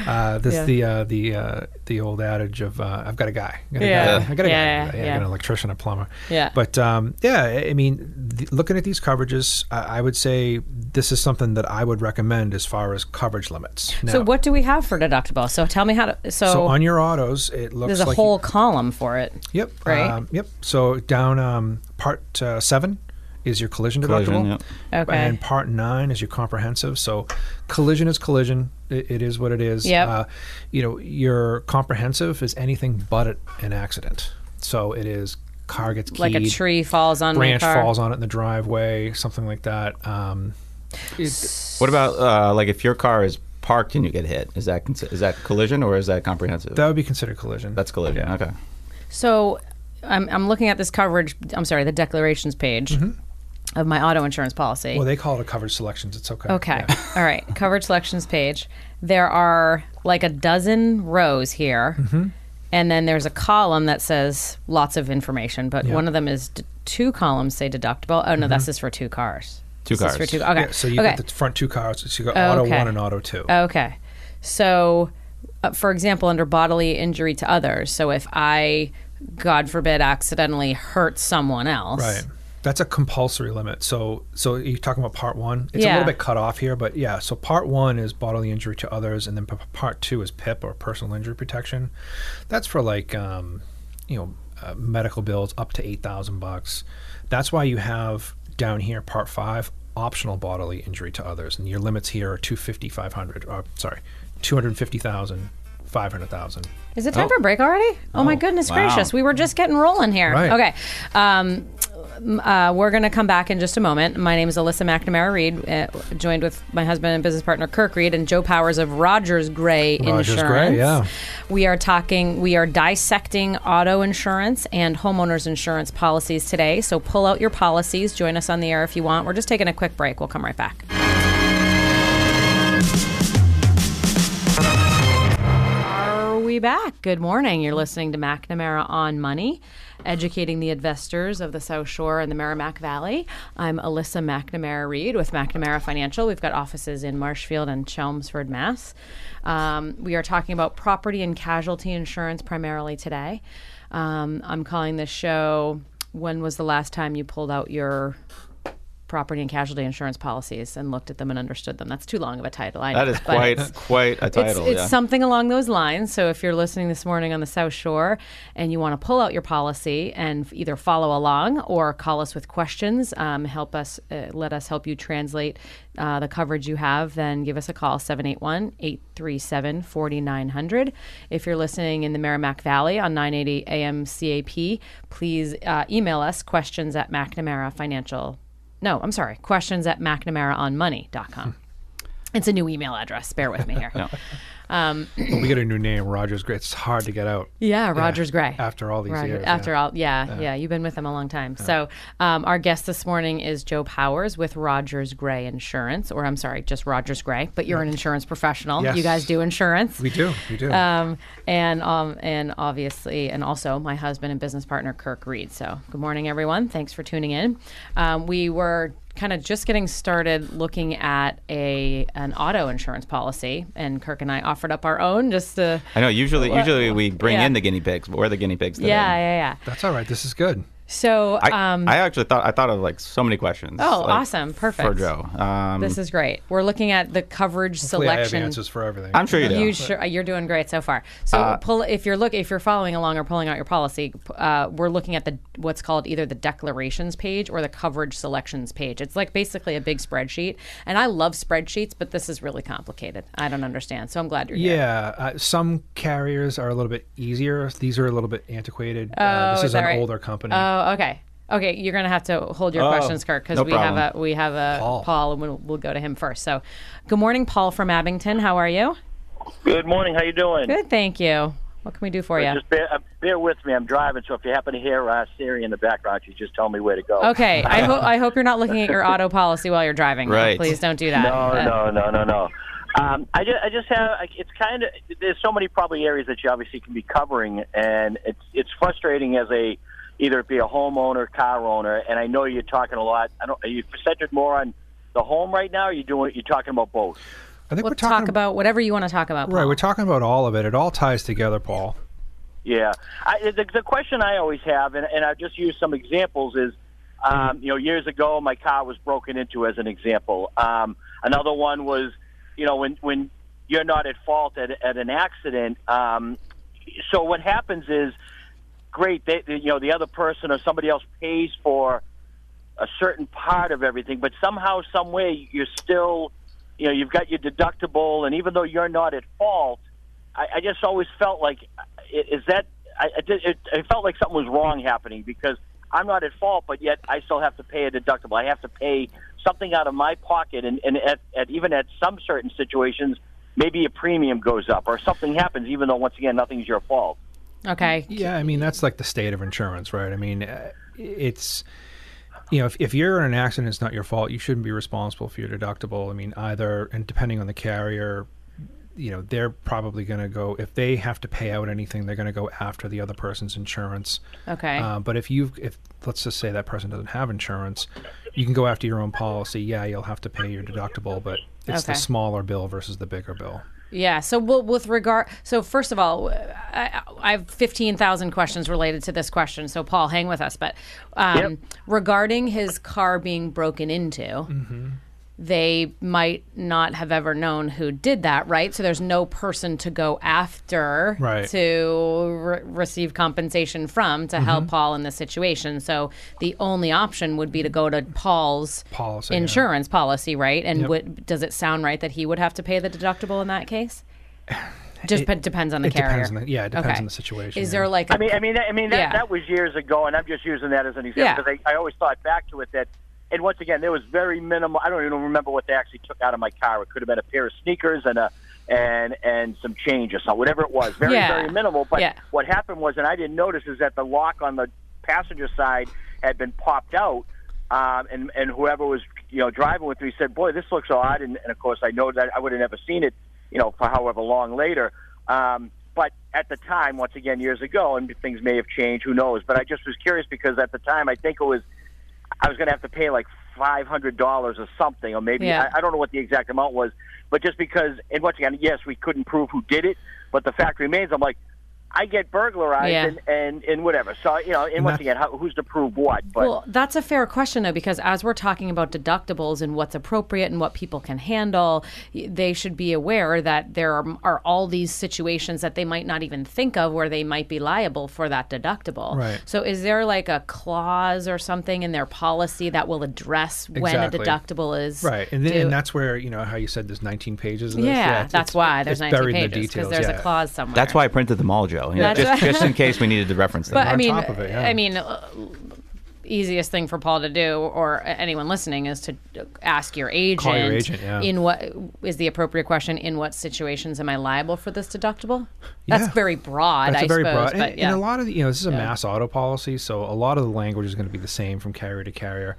Speaker 3: uh, this
Speaker 1: Yeah.
Speaker 3: the uh, the uh, the old adage of uh, I've got a guy. I got a
Speaker 1: Yeah.
Speaker 3: guy. I got a
Speaker 1: Yeah,
Speaker 3: guy.
Speaker 1: yeah,
Speaker 3: I
Speaker 1: yeah.
Speaker 3: got an electrician, a plumber.
Speaker 1: Yeah.
Speaker 3: But um, yeah, I- I mean, th- looking at these coverages, I, I would say this is something that I would recommend as far as coverage limits.
Speaker 1: so
Speaker 3: Now-
Speaker 1: what do we have for deductible? So tell me how to. So,
Speaker 3: So on your autos, it looks
Speaker 1: there's a
Speaker 3: like you-
Speaker 1: whole column for it.
Speaker 3: Yep.
Speaker 1: Right?
Speaker 3: Um, yep. So down um, part uh, seven is your collision,
Speaker 4: Collision,
Speaker 3: deductible.
Speaker 4: yep.
Speaker 1: Okay.
Speaker 3: And part nine is your comprehensive. So collision is collision. It, it is what it is.
Speaker 1: Yep.
Speaker 3: Uh, you know, your comprehensive is anything but an accident. So it is car gets keyed,
Speaker 1: Like a tree falls on
Speaker 3: branch
Speaker 1: my car.
Speaker 3: falls on it in the driveway, something like that. Um,
Speaker 4: What about uh, like if your car is parked and you get hit? Is that consi- is that collision or is that comprehensive?
Speaker 3: that would be considered collision.
Speaker 4: That's collision. Okay.
Speaker 1: So I'm, I'm looking at this coverage. I'm sorry, the declarations page of my auto insurance policy.
Speaker 3: Mm-hmm. well, they call it a coverage selections. It's okay.
Speaker 1: Okay.
Speaker 3: Yeah.
Speaker 1: All right. Coverage selections page. There are like a dozen rows here.
Speaker 3: Mm-hmm.
Speaker 1: And then there's a column that says lots of information, but one of them is d- two columns say deductible. Oh, no, that's just for two cars.
Speaker 4: Two
Speaker 1: This is
Speaker 4: cars.
Speaker 1: for two. Okay.
Speaker 3: Mm-hmm. Yeah, so you
Speaker 1: okay. Oh,
Speaker 3: have got the front two cars. So you got auto
Speaker 1: Okay.
Speaker 3: one and auto two.
Speaker 1: Okay. So, uh, for example, under bodily injury to others, so if I, God forbid, accidentally hurt someone else.
Speaker 3: Right. That's a compulsory limit. So, so you're talking about part one. It's a
Speaker 1: Yeah.
Speaker 3: little bit cut off here, but yeah. So part one is bodily injury to others, and then p- part two is PIP or personal injury protection. That's for like, um, you know, uh, medical bills up to eight thousand bucks. That's why you have down here part five optional bodily injury to others, and your limits here are two fifty, five hundred. Or sorry, two hundred fifty thousand, five hundred thousand.
Speaker 1: Is it time for a break already? Oh, my goodness
Speaker 4: wow.
Speaker 1: gracious. We were just getting rolling here.
Speaker 3: Right.
Speaker 1: Okay. Um, uh, we're going to come back in just a moment. My name is Alyssa McNamara Reed, uh, joined with my husband and business partner Kirk Reed and Joe Powers of Rogers Gray
Speaker 3: Rogers Gray,
Speaker 1: Insurance.
Speaker 3: yeah.
Speaker 1: We are talking, we are dissecting auto insurance and homeowners insurance policies today. So pull out your policies. Join us on the air if you want. We're just taking a quick break. We'll come right back. Are we back? Good morning. You're listening to McNamara on Money, educating the investors of the South Shore and the Merrimack Valley. I'm Alyssa McNamara Reed with McNamara Financial. We've got offices in Marshfield and Chelmsford, Mass. Um, we are talking about property and casualty insurance primarily today. Um, I'm calling this show. When was the last time you pulled out your property and casualty insurance policies and looked at them and understood them? That's too long of a title. I know,
Speaker 4: That is
Speaker 1: but
Speaker 4: quite
Speaker 1: it's-
Speaker 4: quite a
Speaker 1: it's,
Speaker 4: title.
Speaker 1: it's
Speaker 4: yeah.
Speaker 1: something along those lines. So if you're listening this morning on the South Shore and you want to pull out your policy and f- either follow along or call us with questions, um, help us, uh, let us help you translate uh, the coverage you have, then give us a call 781 837 4900. If you're listening in the Merrimack Valley on 980 AM CAP, please uh, email us questions at McNamara Financial. No, I'm sorry, questions at
Speaker 4: [laughs]
Speaker 1: McNamaraonmoney.com. It's a new email address. Bear with me here.
Speaker 3: we got a new name, Rogers Gray. It's hard to get out.
Speaker 1: Yeah, Rogers Gray.
Speaker 3: After all these
Speaker 1: Roger-
Speaker 3: years,
Speaker 1: after
Speaker 3: yeah.
Speaker 1: all, yeah, yeah, you've been with them a long time. So, um, our guest this morning is Joe Powers with Rogers Gray Insurance, or I'm sorry, just Rogers Gray. But you're an insurance professional. You
Speaker 3: Yes.
Speaker 1: guys do insurance.
Speaker 3: We do, we do.
Speaker 1: Um, and um, and obviously, and also my husband and business partner Kirk Reed. So, good morning, everyone. Thanks for tuning in. Um, we were kind of just getting started looking at a an auto insurance policy, and Kirk and I offered up our own just to.
Speaker 4: I know. Usually, usually we bring
Speaker 1: Yeah.
Speaker 4: in the guinea pigs, but we're the guinea pigs today.
Speaker 1: Yeah, yeah, yeah.
Speaker 3: That's all right. This is good.
Speaker 1: So,
Speaker 4: I,
Speaker 1: um,
Speaker 4: I actually thought I thought of like so many questions.
Speaker 1: oh,
Speaker 4: like,
Speaker 1: awesome, perfect.
Speaker 4: for Joe. Um,
Speaker 1: This is great. We're looking at the coverage
Speaker 3: Hopefully I have
Speaker 1: selection.
Speaker 3: answers for everything.
Speaker 4: I'm sure you do.
Speaker 1: You sure, uh, you're doing great so far. So
Speaker 4: Uh,
Speaker 1: pull if you're look if you're following along or pulling out your policy, p- uh, we're looking at the what's called either the declarations page or the coverage selections page. It's like basically a big spreadsheet, and I love spreadsheets, but this is really complicated. I don't understand, so I'm glad you're here.
Speaker 3: Yeah, uh, some carriers are a little bit easier. These are a little bit antiquated. uh, this
Speaker 1: Oh, is
Speaker 3: is,
Speaker 1: that
Speaker 3: an
Speaker 1: right?
Speaker 3: older company.
Speaker 1: Oh, okay. Okay, you're gonna have to hold your
Speaker 4: Oh,
Speaker 1: questions, Kirk, because
Speaker 4: no
Speaker 1: we have
Speaker 4: problem.
Speaker 1: a we have a Paul,
Speaker 3: Paul.
Speaker 1: and we'll, we'll go to him first. So, good morning, Paul from Abington. How are you?
Speaker 6: Good morning. How you doing?
Speaker 1: Good, thank you. What can we do for you?
Speaker 6: Just bear, uh, bear with me. I'm driving, so if you happen to hear uh, Siri in the background, you just tell me where to go. [laughs]
Speaker 1: Okay, I, ho- I hope you're not looking at your auto policy while you're driving.
Speaker 4: Right.
Speaker 1: Please don't do that.
Speaker 6: No,
Speaker 1: Uh,
Speaker 6: no, no, no, no. Um, I, just, I just have. I- It's kind of. There's so many probably areas that you obviously can be covering, and it's it's frustrating as a either it be a homeowner, car owner, and I know you're talking a lot. I don't. Are you centered more on the home right now? Or are you doing? You're talking about both.
Speaker 3: I think
Speaker 1: We'll
Speaker 3: we're
Speaker 1: talk
Speaker 3: talking
Speaker 1: about whatever you want to talk about.
Speaker 3: right.
Speaker 1: Paul.
Speaker 3: We're talking about all of it. It all ties together, Paul.
Speaker 6: Yeah. I, the, the question I always have, and, and I've just used some examples, is um, you know, years ago my car was broken into as an example. Um, another one was, you know, when when you're not at fault at, at an accident. Um, so what happens is, great, they, they- you know, the other person or somebody else pays for a certain part of everything, but somehow, some way, you're still, you know, you've got your deductible, and even though you're not at fault, I, I just always felt like, i- is that? I, I did, it, it felt like something was wrong happening because I'm not at fault, but yet I still have to pay a deductible. I have to pay something out of my pocket, and, and at, at even at some certain situations, maybe a premium goes up or something happens, even though once again nothing's your fault.
Speaker 1: okay.
Speaker 3: Yeah, I mean that's like the state of insurance, right? I mean, uh, it's you know, if, if you're in an accident, it's not your fault. You shouldn't be responsible for your deductible. I mean, either and depending on the carrier, you know, they're probably going to go if they have to pay out anything, they're going to go after the other person's insurance.
Speaker 1: Okay.
Speaker 3: Um, but if you've, if let's just say that person doesn't have insurance, you can go after your own policy. Yeah, you'll have to pay your deductible, but it's
Speaker 1: Okay.
Speaker 3: the smaller bill versus the bigger bill.
Speaker 1: yeah. So well, with regard, so first of all, I, I have fifteen thousand questions related to this question. So Paul, hang with us. But um, regarding his car being broken into. They might not have ever known who did that, right? So there's no person to go after
Speaker 3: Right.
Speaker 1: to re- receive compensation from to help Paul in this situation. So the only option would be to go to Paul's
Speaker 3: Policy, yeah.
Speaker 1: insurance policy, right? And would, does it sound right that he would have to pay the deductible in that
Speaker 3: [sighs]
Speaker 1: case? Just pe- depends on the
Speaker 3: it
Speaker 1: carrier.
Speaker 3: depends on the- yeah, it depends
Speaker 1: Okay.
Speaker 3: on the situation,
Speaker 1: Is
Speaker 3: yeah.
Speaker 1: there like a
Speaker 6: I mean, I mean, I mean that,
Speaker 1: Yeah.
Speaker 6: that was years ago, and I'm just using that as an
Speaker 1: Yeah.
Speaker 6: example because I, I always thought back to it that, and once again, there was very minimal. I don't even remember what they actually took out of my car. It could have been a pair of sneakers and a and and some change or something, whatever it was. Very
Speaker 1: Yeah.
Speaker 6: very minimal. But
Speaker 1: Yeah.
Speaker 6: what happened was, and I didn't notice, is that the lock on the passenger side had been popped out. Um, and and whoever was you know driving with me said, "Boy, this looks odd." And, and of course, I know that I would have never seen it, you know, for however long later. Um, but at the time, once again, years ago, and things may have changed. Who knows? But I just was curious because at the time, I think it was I was going to have to pay like five hundred dollars or something, or maybe
Speaker 1: Yeah.
Speaker 6: I, I don't know what the exact amount was. But just because, and once again, yes, we couldn't prove who did it, but the fact remains, I'm like, I get burglarized
Speaker 1: Yeah.
Speaker 6: and, and and whatever. So you know, and, once
Speaker 3: that's-
Speaker 6: again, how, who's to prove what? But
Speaker 1: Well, that's a fair question though, because as we're talking about deductibles and what's appropriate and what people can handle, y- they should be aware that there are, are all these situations that they might not even think of where they might be liable for that deductible.
Speaker 3: Right.
Speaker 1: So, is there like a clause or something in their policy that will address when a
Speaker 3: Exactly.
Speaker 1: deductible is
Speaker 3: Right, and then,
Speaker 1: due?
Speaker 3: and that's where you know how you said there's 19 pages. Of
Speaker 1: yeah,
Speaker 3: this? it's-
Speaker 1: that's
Speaker 3: it's-
Speaker 1: why
Speaker 3: it's
Speaker 1: there's 19
Speaker 3: buried in the
Speaker 1: pages because
Speaker 3: details,
Speaker 1: there's a
Speaker 3: yeah.
Speaker 1: clause somewhere.
Speaker 4: That's why I printed them all, Joe. You know,
Speaker 1: That's
Speaker 4: just, just in case we needed to reference them.
Speaker 1: But I
Speaker 3: on
Speaker 1: mean,
Speaker 3: top of it, yeah.
Speaker 1: I mean, uh, easiest thing for Paul to do, or anyone listening, is to ask your agent.
Speaker 3: your agent, yeah.
Speaker 1: In what is the appropriate question? In what situations am I liable for this deductible? That's
Speaker 3: Yeah.
Speaker 1: very broad.
Speaker 3: That's
Speaker 1: I
Speaker 3: a very
Speaker 1: suppose,
Speaker 3: broad, and,
Speaker 1: but yeah.
Speaker 3: and a lot of the, you know, this is a mass auto policy, so a lot of the language is going to be the same from carrier to carrier.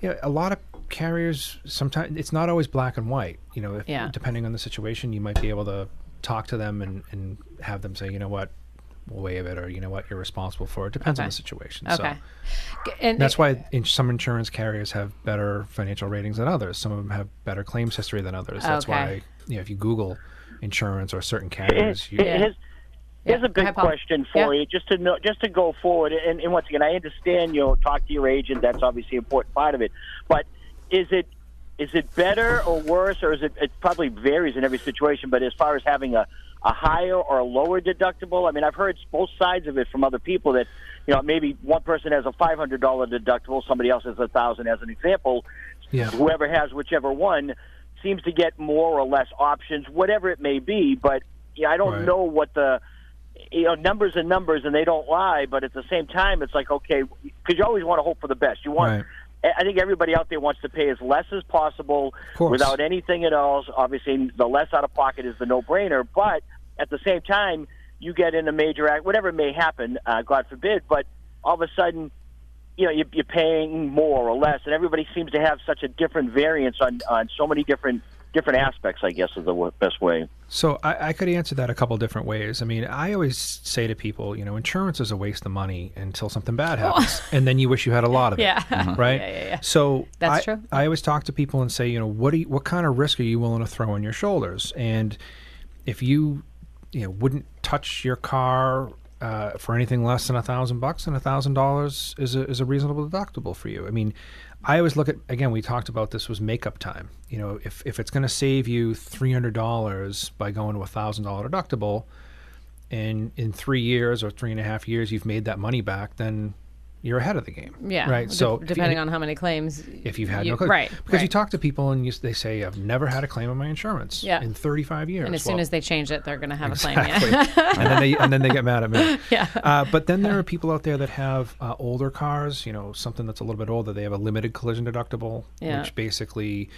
Speaker 3: You know, a lot of carriers sometimes it's not always black and white. You know, if,
Speaker 1: Yeah.
Speaker 3: depending on the situation, you might be able to talk to them and, and have them say, you know what, way of it, or you know what, you're responsible for it. Depends on
Speaker 1: Okay.
Speaker 3: the situation.
Speaker 1: Okay.
Speaker 3: So.
Speaker 1: G- And
Speaker 3: That's why in some insurance carriers have better financial ratings than others. Some of them have better claims history than others. That's
Speaker 1: Okay.
Speaker 3: why you know if you Google insurance or certain carriers, you,
Speaker 6: It- Here's, here's
Speaker 1: Yeah.
Speaker 6: a big
Speaker 1: Hi, Paul.
Speaker 6: question for
Speaker 1: Yeah.
Speaker 6: you, just to know, just to go forward. And, and once again, I understand you know, talk to your agent. That's obviously an important part of it. But is it is it better or worse, or is it? It probably varies in every situation. But as far as having a a higher or a lower deductible, I mean, I've heard both sides of it from other people that you know maybe one person has a five hundred dollar deductible, somebody else has a thousand, as an example.
Speaker 3: Yeah.
Speaker 6: Whoever has whichever one seems to get more or less options, whatever it may be. But you know, I don't
Speaker 3: Right.
Speaker 6: know what the you know numbers are numbers and they don't lie. But at the same time, it's like okay, because you always want to hope for the best. You want.
Speaker 3: Right.
Speaker 6: I I think everybody out there wants to pay as less as possible
Speaker 3: course.
Speaker 6: without anything at all. Obviously, the less out of pocket is the no-brainer. But at the same time, you get in a major act, whatever may happen, uh, God forbid. But all of a sudden, you know, you're, you're paying more or less, and everybody seems to have such a different variance on on so many different different aspects. I guess is the w- best way.
Speaker 3: So I, I could answer that a couple different ways. I mean, I always say to people, you know, insurance is a waste of money until something bad happens, and then you wish you had a lot of it.
Speaker 1: Oh. [laughs] Yeah.
Speaker 3: Right.
Speaker 1: Yeah, yeah, yeah.
Speaker 3: So
Speaker 1: That's
Speaker 3: I,
Speaker 1: true.
Speaker 3: I always talk to people and say, you know, what do you, what kind of risk are you willing to throw on your shoulders? And if you you know wouldn't touch your car uh, for anything less than a thousand bucks, and a thousand dollars is a is a reasonable deductible for you. I mean, I always look at again. We talked about this was makeup time. You know, if if it's going to save you three hundred dollars by going to a thousand dollar deductible, and in three years or three and a half years you've made that money back, then you're ahead of the game.
Speaker 1: yeah.
Speaker 3: Right.
Speaker 1: De-
Speaker 3: So if you-
Speaker 1: depending on how many claims,
Speaker 3: if you've had
Speaker 1: you-
Speaker 3: no claim.
Speaker 1: right?
Speaker 3: Because you
Speaker 1: right.
Speaker 3: talk to people and you, they say, I've never had a claim on my insurance
Speaker 1: Yeah.
Speaker 3: in 35 years.
Speaker 1: and as soon
Speaker 3: Well,
Speaker 1: as they change it, they're going to have a claim.
Speaker 3: exactly.
Speaker 1: Yeah.
Speaker 3: and, then they, and then they get mad at me.
Speaker 1: [laughs] Yeah.
Speaker 3: Uh, but then there are people out there that have uh, older cars, you know, something that's a little bit older. They have a limited collision deductible,
Speaker 1: Yeah.
Speaker 3: which basically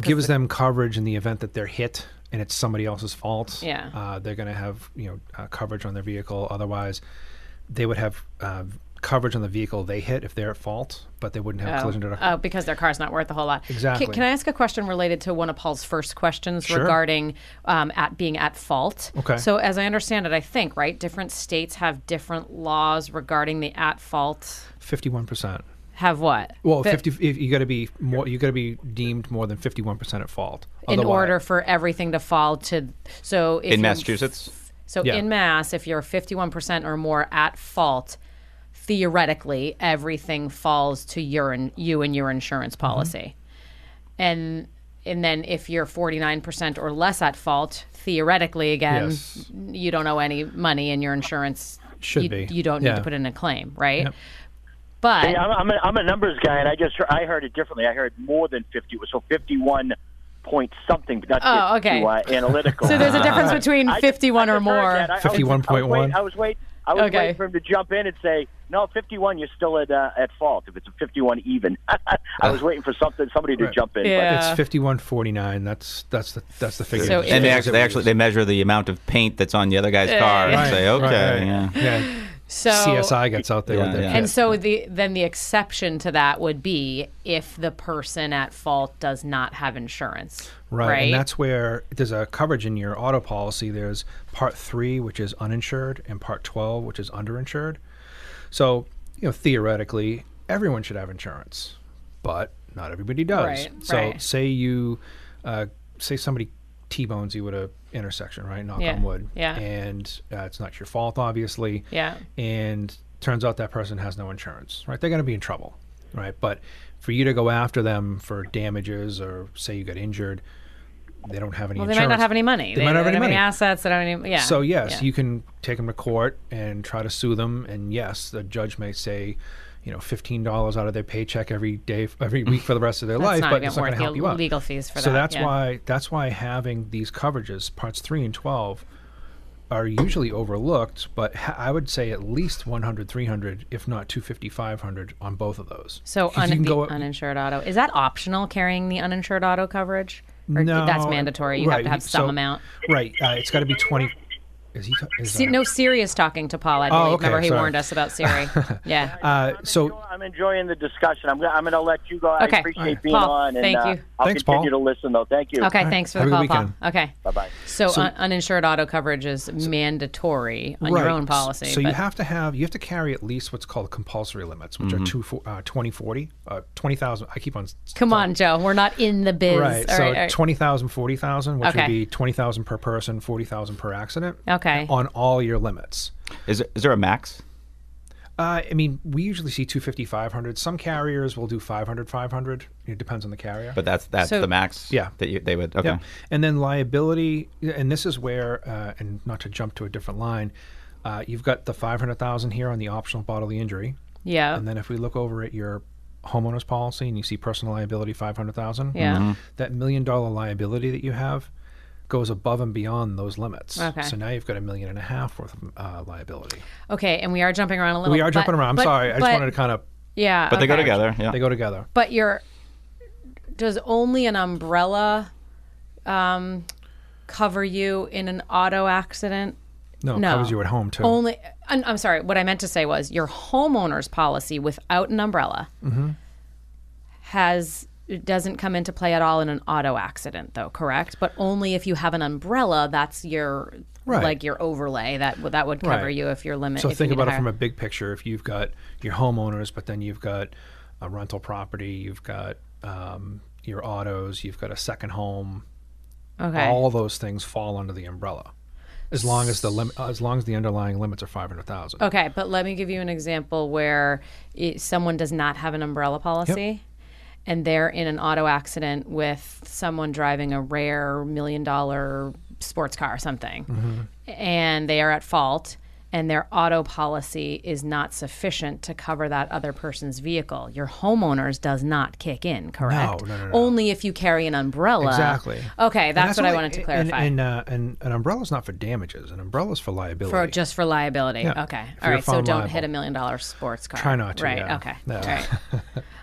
Speaker 3: gives them coverage in the event that they're hit and it's somebody else's fault.
Speaker 1: Yeah.
Speaker 3: Uh, they're going to have, you know, uh, coverage on their vehicle. Otherwise, they would have uh, coverage on the vehicle they hit if they're at fault, but they wouldn't have
Speaker 1: Oh,
Speaker 3: collision deductible.
Speaker 1: oh, because their car's not worth a whole lot. Ca-
Speaker 3: Exactly.
Speaker 1: Can, I ask a question related to one of Paul's first questions regarding um, at being at fault?
Speaker 3: Okay.
Speaker 1: So as I understand it, I think right, different states have different laws regarding the at fault.
Speaker 3: 51%.
Speaker 1: Have what?
Speaker 3: Well,
Speaker 1: But-
Speaker 3: fifty. If you got to be more, you got to be deemed more than fifty-one percent at fault.
Speaker 1: in
Speaker 3: Otherwise-
Speaker 1: order for everything to fall to so if you-
Speaker 4: in Massachusetts.
Speaker 1: So
Speaker 3: Yeah.
Speaker 1: in mass, if you're 51% or more at fault, theoretically everything falls to your in, you and your insurance
Speaker 3: Mm-hmm.
Speaker 1: policy. And and then if you're 49% or less at fault, theoretically again,
Speaker 3: Yes.
Speaker 1: you don't owe any money and your insurance
Speaker 3: Should
Speaker 1: you,
Speaker 3: be.
Speaker 1: you don't need
Speaker 3: Yeah.
Speaker 1: to put in a claim, right? But
Speaker 6: Yeah, I'm, I'm, a, I'm a numbers guy, and I just heard, I heard it differently. I heard more than fifty, so fifty-one point something, but not
Speaker 1: Oh,
Speaker 6: to get
Speaker 1: okay.
Speaker 6: too, uh, analytical.
Speaker 1: so there's a difference between
Speaker 6: [laughs] I just-
Speaker 1: 51
Speaker 6: I
Speaker 1: or
Speaker 6: just heard
Speaker 1: more.
Speaker 6: that. I- I was- I was
Speaker 3: 51.1.
Speaker 6: wait- I was waiting. I was
Speaker 1: Okay.
Speaker 6: waiting for him to jump in and say, "No, 51. You're still at uh, at fault. If it's a 51 even." [laughs] I was waiting for something, somebody to
Speaker 3: Right.
Speaker 6: jump in.
Speaker 1: Yeah.
Speaker 3: it's fifty-one forty-nine. That's that's the that's the figure.
Speaker 1: So
Speaker 3: that
Speaker 4: and they
Speaker 1: Yeah.
Speaker 4: actually, they actually they measure the amount of paint that's on the other guy's car and
Speaker 3: Right,
Speaker 4: say,
Speaker 3: right,
Speaker 4: okay,
Speaker 3: right.
Speaker 4: yeah.
Speaker 3: yeah.
Speaker 1: so
Speaker 3: CSI gets out there
Speaker 4: Yeah,
Speaker 3: with their
Speaker 4: yeah.
Speaker 3: kit.
Speaker 1: And so the then the exception to that would be if the person at fault does not have insurance.
Speaker 3: right.
Speaker 1: Right.
Speaker 3: And that's where there's a coverage in your auto policy. There's part three, which is uninsured, and part twelve, which is underinsured. So you know, theoretically, everyone should have insurance, but not everybody does.
Speaker 1: Right,
Speaker 3: so
Speaker 1: right.
Speaker 3: say you, uh, say somebody t-bones you at a intersection, right? Knock
Speaker 1: Yeah,
Speaker 3: on wood.
Speaker 1: yeah.
Speaker 3: And uh, it's not your fault, obviously.
Speaker 1: Yeah.
Speaker 3: And turns out that person has no insurance, right? They're going to be in trouble, right? But for you to go after them for damages or say you got injured, they don't have any.
Speaker 1: Well, they
Speaker 3: insurance.
Speaker 1: might not have any money.
Speaker 3: They, might not have
Speaker 1: don't
Speaker 3: any money.
Speaker 1: assets. They don't have any. Yeah.
Speaker 3: So yes,
Speaker 1: yeah.
Speaker 3: you can take them to court and try to sue them, and yes, the judge may say, you know, fifteen dollars out of their paycheck every day, every week for the rest of their
Speaker 1: That's
Speaker 3: life,
Speaker 1: not
Speaker 3: but
Speaker 1: even
Speaker 3: it's not going
Speaker 1: worth
Speaker 3: to help
Speaker 1: the
Speaker 3: you out.
Speaker 1: legal fees for
Speaker 3: so
Speaker 1: that,
Speaker 3: that's
Speaker 1: yeah.
Speaker 3: why that's why having these coverages, parts three and twelve, are usually overlooked. But ha- I would say at least 100, 300, if not 250, 500 on both of those.
Speaker 1: So
Speaker 3: 'Cause
Speaker 1: un-
Speaker 3: you can
Speaker 1: the
Speaker 3: go up-
Speaker 1: uninsured auto is that optional carrying the uninsured auto coverage? Or
Speaker 3: no,
Speaker 1: that's mandatory. You have
Speaker 3: right,
Speaker 1: to have some
Speaker 3: so-
Speaker 1: amount.
Speaker 3: Right, uh, it's got to be twenty. Is he? ta- is,
Speaker 1: Se-
Speaker 3: uh,
Speaker 1: no, Siri is talking to Paul. I
Speaker 3: Oh,
Speaker 1: believe.
Speaker 3: okay,
Speaker 1: Remember, he
Speaker 3: sorry.
Speaker 1: warned us about Siri.
Speaker 3: [laughs]
Speaker 1: yeah.
Speaker 3: Uh,
Speaker 6: I'm
Speaker 3: so
Speaker 6: enjoy- I'm enjoying the discussion. I'm, gonna- I'm going to let you go.
Speaker 1: Okay.
Speaker 6: I appreciate
Speaker 1: All right.
Speaker 6: being
Speaker 1: Paul,
Speaker 6: on. And,
Speaker 1: thank
Speaker 6: uh,
Speaker 1: you.
Speaker 6: I'll
Speaker 3: Thanks, Paul.
Speaker 6: continue to listen, though. Thank you.
Speaker 1: Okay.
Speaker 3: right.
Speaker 1: Thanks for
Speaker 3: Have
Speaker 1: the call,
Speaker 3: a good
Speaker 1: Paul.
Speaker 3: weekend.
Speaker 1: Okay.
Speaker 6: Bye bye.
Speaker 1: So, un- uninsured auto coverage is mandatory on your
Speaker 3: Right.
Speaker 1: own policy.
Speaker 3: So you
Speaker 1: but-
Speaker 3: have to have you have to carry at least what's called compulsory limits, which are two fo- uh, 2040, uh, 20,000. I keep on. s-
Speaker 1: Come on, Joe. We're not in the biz.
Speaker 3: Right.
Speaker 1: All
Speaker 3: so
Speaker 1: all right.
Speaker 3: 20,000, 40,000, which
Speaker 1: Okay.
Speaker 3: would be 20,000 per person, 40,000 per accident.
Speaker 1: Okay.
Speaker 3: On all your limits.
Speaker 4: Is there, is there a max?
Speaker 3: Uh, I mean, we usually see 250, 500. Some carriers will do 500, 500. It depends on the carrier.
Speaker 4: But that's that's
Speaker 1: So-
Speaker 4: the max.
Speaker 3: Yeah.
Speaker 4: That you, they would. Okay.
Speaker 3: Yep. And then liability, and this is where, uh, and not to jump to a different line, uh, you've got the 500,000 here on the optional bodily injury.
Speaker 1: yeah.
Speaker 3: And then if we look over at your homeowner's policy and you see personal liability 500,000,
Speaker 1: Yeah. Mhm.
Speaker 3: that million dollar liability that you have goes above and beyond those limits.
Speaker 1: Okay.
Speaker 3: So now you've got a million and a half worth of uh, liability.
Speaker 1: okay. And we are jumping around a little.
Speaker 3: We are
Speaker 1: but-
Speaker 3: jumping around. I'm
Speaker 1: but-
Speaker 3: sorry. I just
Speaker 1: but-
Speaker 3: wanted to kind of,
Speaker 1: Yeah.
Speaker 4: But they go
Speaker 1: okay.
Speaker 4: together. Yeah.
Speaker 3: they go together.
Speaker 1: But you're does only an umbrella um, cover you in an auto accident?
Speaker 3: No, it
Speaker 1: No.
Speaker 3: covers you at home too.
Speaker 1: Only, I'm I'm sorry. What I meant to say was your homeowner's policy without an umbrella has it doesn't come into play at all in an auto accident, though. Correct, but only if you have an umbrella. That's your
Speaker 3: Right.
Speaker 1: like your overlay that w- that would cover
Speaker 3: Right.
Speaker 1: you if your limit.
Speaker 3: So
Speaker 1: if you
Speaker 3: think
Speaker 1: need
Speaker 3: about it
Speaker 1: hire-
Speaker 3: from a big picture. If you've got your homeowners, but then you've got a rental property, you've got um, your autos, you've got a second home.
Speaker 1: okay.
Speaker 3: All those things fall under the umbrella, as long as the lim- uh, as long as the underlying limits are five hundred thousand.
Speaker 1: Okay, but let me give you an example where it, someone does not have an umbrella policy and they're in an auto accident with someone driving a rare million dollar sports car or something,
Speaker 3: Mm-hmm.
Speaker 1: and they are at fault. And their auto policy is not sufficient to cover that other person's vehicle. Your homeowner's does not kick in, correct?
Speaker 3: no, no, no.
Speaker 1: Only if you carry an umbrella.
Speaker 3: Exactly.
Speaker 1: Okay,
Speaker 3: And
Speaker 1: that's, what I
Speaker 3: only-
Speaker 1: wanted to
Speaker 3: and-
Speaker 1: clarify.
Speaker 3: And, uh, and an umbrella's not for damages. An umbrella's for liability.
Speaker 1: For just for liability.
Speaker 3: Yeah.
Speaker 1: Okay.
Speaker 3: If
Speaker 1: All
Speaker 3: you're
Speaker 1: right. So
Speaker 3: found
Speaker 1: don't
Speaker 3: liable.
Speaker 1: hit a million dollar sports car.
Speaker 3: Try not to,
Speaker 1: Right.
Speaker 3: yeah.
Speaker 1: Okay.
Speaker 3: No.
Speaker 1: All
Speaker 3: [laughs]
Speaker 1: right.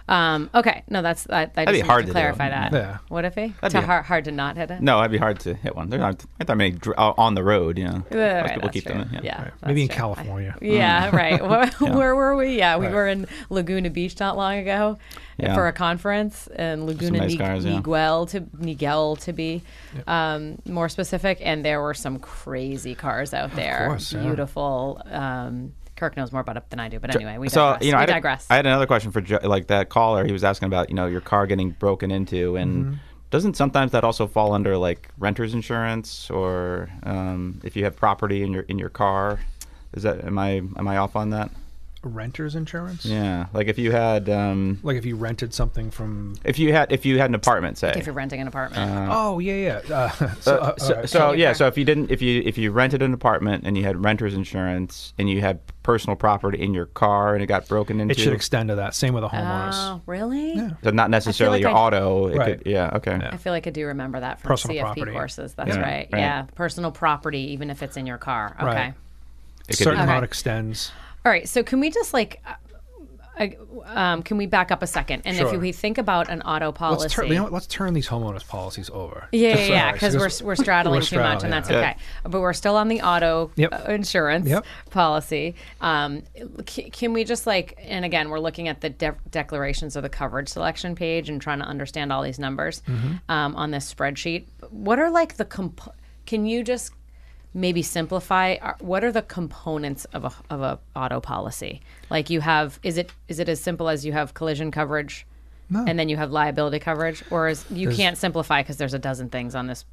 Speaker 1: um, okay. No, that's I, I just
Speaker 4: be
Speaker 1: needed
Speaker 4: hard
Speaker 1: to
Speaker 4: to do.
Speaker 1: clarify that.
Speaker 3: Yeah.
Speaker 1: What if he?
Speaker 4: That'd
Speaker 1: To
Speaker 4: be-
Speaker 1: hard, hard to not hit it.
Speaker 4: No, that'd be hard to hit one. They're not. I thought many dr- uh, on the road. You know,
Speaker 1: Yeah,
Speaker 4: most
Speaker 1: right,
Speaker 4: people
Speaker 1: that's
Speaker 4: keep
Speaker 1: true.
Speaker 4: them. in,
Speaker 1: Yeah.
Speaker 3: Maybe in
Speaker 1: that's true.
Speaker 3: California.
Speaker 4: Mm.
Speaker 1: Yeah, right.
Speaker 4: [laughs]
Speaker 1: Where, where were we? Yeah, we were in Laguna Beach not long ago uh,
Speaker 4: Yeah.
Speaker 1: for a conference, and Laguna
Speaker 4: nice
Speaker 1: Ni-
Speaker 4: cars, yeah.
Speaker 1: Niguel to Niguel to be um, more specific, and there were some crazy cars out there.
Speaker 3: course, yeah.
Speaker 1: Beautiful. Um, Kirk knows more about it than I do, but anyway, we
Speaker 4: so
Speaker 1: digress.
Speaker 4: you know,
Speaker 1: we
Speaker 4: I had,
Speaker 1: digress.
Speaker 4: I had another question for Joe, like that caller. He was asking about you know your car getting broken into, and
Speaker 3: Mm-hmm.
Speaker 4: doesn't sometimes that also fall under like renter's insurance or um, if you have property in your in your car? Is that am I am I off on that?
Speaker 3: Renter's insurance.
Speaker 4: Yeah, like if you had um,
Speaker 3: Like if you rented something from.
Speaker 4: if you had if you had an apartment, say.
Speaker 1: if you're renting an apartment.
Speaker 3: oh yeah yeah. Uh, [laughs] so,
Speaker 4: so,
Speaker 3: uh, all
Speaker 4: so,
Speaker 3: right.
Speaker 4: so, yeah, so if you didn't, if you if you rented an apartment and you had renter's insurance and you had personal property in your car and it got broken into,
Speaker 3: it should extend to that. Same with the homeowners.
Speaker 1: oh, really?
Speaker 4: so not necessarily
Speaker 1: like
Speaker 4: your
Speaker 1: I-
Speaker 4: auto, it
Speaker 3: Right.
Speaker 4: could, yeah, okay,
Speaker 1: I feel like I do remember that from
Speaker 3: Personal
Speaker 1: CFP
Speaker 3: property.
Speaker 1: courses. That's
Speaker 4: Yeah,
Speaker 1: right.
Speaker 4: right.
Speaker 1: Yeah, personal property, even if it's in your car. Okay.
Speaker 3: Right.
Speaker 4: it could
Speaker 3: Certain
Speaker 4: be-
Speaker 3: amount extends.
Speaker 1: All right. So can we just like, uh, I- um, can we back up a second? And
Speaker 3: Sure.
Speaker 1: if we think about an auto policy,
Speaker 3: Let's turn, you know what? Let's turn these homeowners policies over.
Speaker 1: yeah, yeah,
Speaker 3: Sorry,
Speaker 1: yeah, because
Speaker 3: so
Speaker 1: we're,
Speaker 3: this-
Speaker 1: we're straddling
Speaker 3: we're
Speaker 1: too much, and
Speaker 3: straddling,
Speaker 1: that's
Speaker 3: yeah.
Speaker 1: okay. But we're still on the auto
Speaker 3: Yep.
Speaker 1: uh, insurance
Speaker 3: Yep.
Speaker 1: policy. Um, c- can we just like, and again, we're looking at the de- declarations of the coverage selection page and trying to understand all these numbers um, on this spreadsheet. What are like the comp? Can you just maybe simplify? uh, What are the components of a of a auto policy? Like you have, is it is it as simple as you have collision coverage? And then you have liability coverage, or is you can't simplify because there's a dozen things on this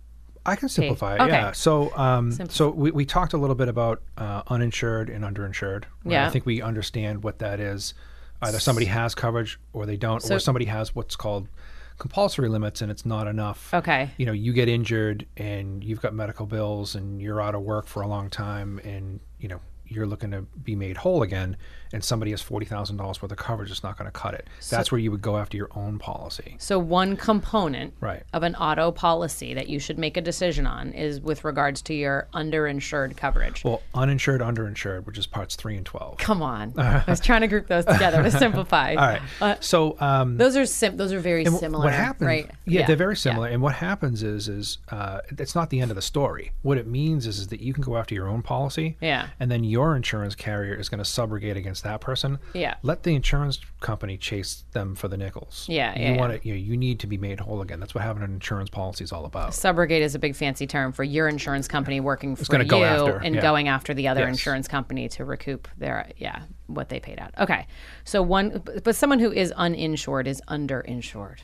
Speaker 3: I can simplify. it,
Speaker 1: Okay.
Speaker 3: Yeah. So, um, so we, we talked a little bit about uh, uninsured and underinsured. right?
Speaker 1: Yeah.
Speaker 3: I think we understand what that is. Either somebody has coverage or they don't, or somebody has what's called compulsory limits and it's not enough.
Speaker 1: Okay.
Speaker 3: You know, you get injured and you've got medical bills and you're out of work for a long time and you know you're looking to be made whole again, and somebody has forty thousand dollars worth of coverage, it's not going to cut it. That's where you would go after your own policy.
Speaker 1: So one component
Speaker 3: Right.
Speaker 1: of an auto policy that you should make a decision on is with regards to your underinsured coverage.
Speaker 3: Well, uninsured, underinsured, which is parts three and twelve.
Speaker 1: Come
Speaker 3: [laughs]
Speaker 1: on, I was trying to group those together to simplify. Uh,
Speaker 3: All right. so um,
Speaker 1: Those are sim- those are very
Speaker 3: And wh-
Speaker 1: similar.
Speaker 3: What happens?
Speaker 1: Right?
Speaker 3: Yeah, they're very similar. And what happens is, is uh, it's not the end of the story. What it means is, is that you can go after your own policy.
Speaker 1: Yeah.
Speaker 3: And then your insurance carrier is going to subrogate against that person.
Speaker 1: Yeah.
Speaker 3: Let the insurance company chase them for the nickels.
Speaker 1: Yeah,
Speaker 3: You
Speaker 1: yeah,
Speaker 3: want to, you, know, you need to be made whole again. That's what having an insurance policy is all about.
Speaker 1: Subrogate is a big fancy term for your insurance company working for
Speaker 3: gonna
Speaker 1: you
Speaker 3: go after,
Speaker 1: and
Speaker 3: yeah.
Speaker 1: going after the other
Speaker 3: Yes.
Speaker 1: insurance company to recoup their yeah what they paid out. Okay, so one but someone who is uninsured is underinsured.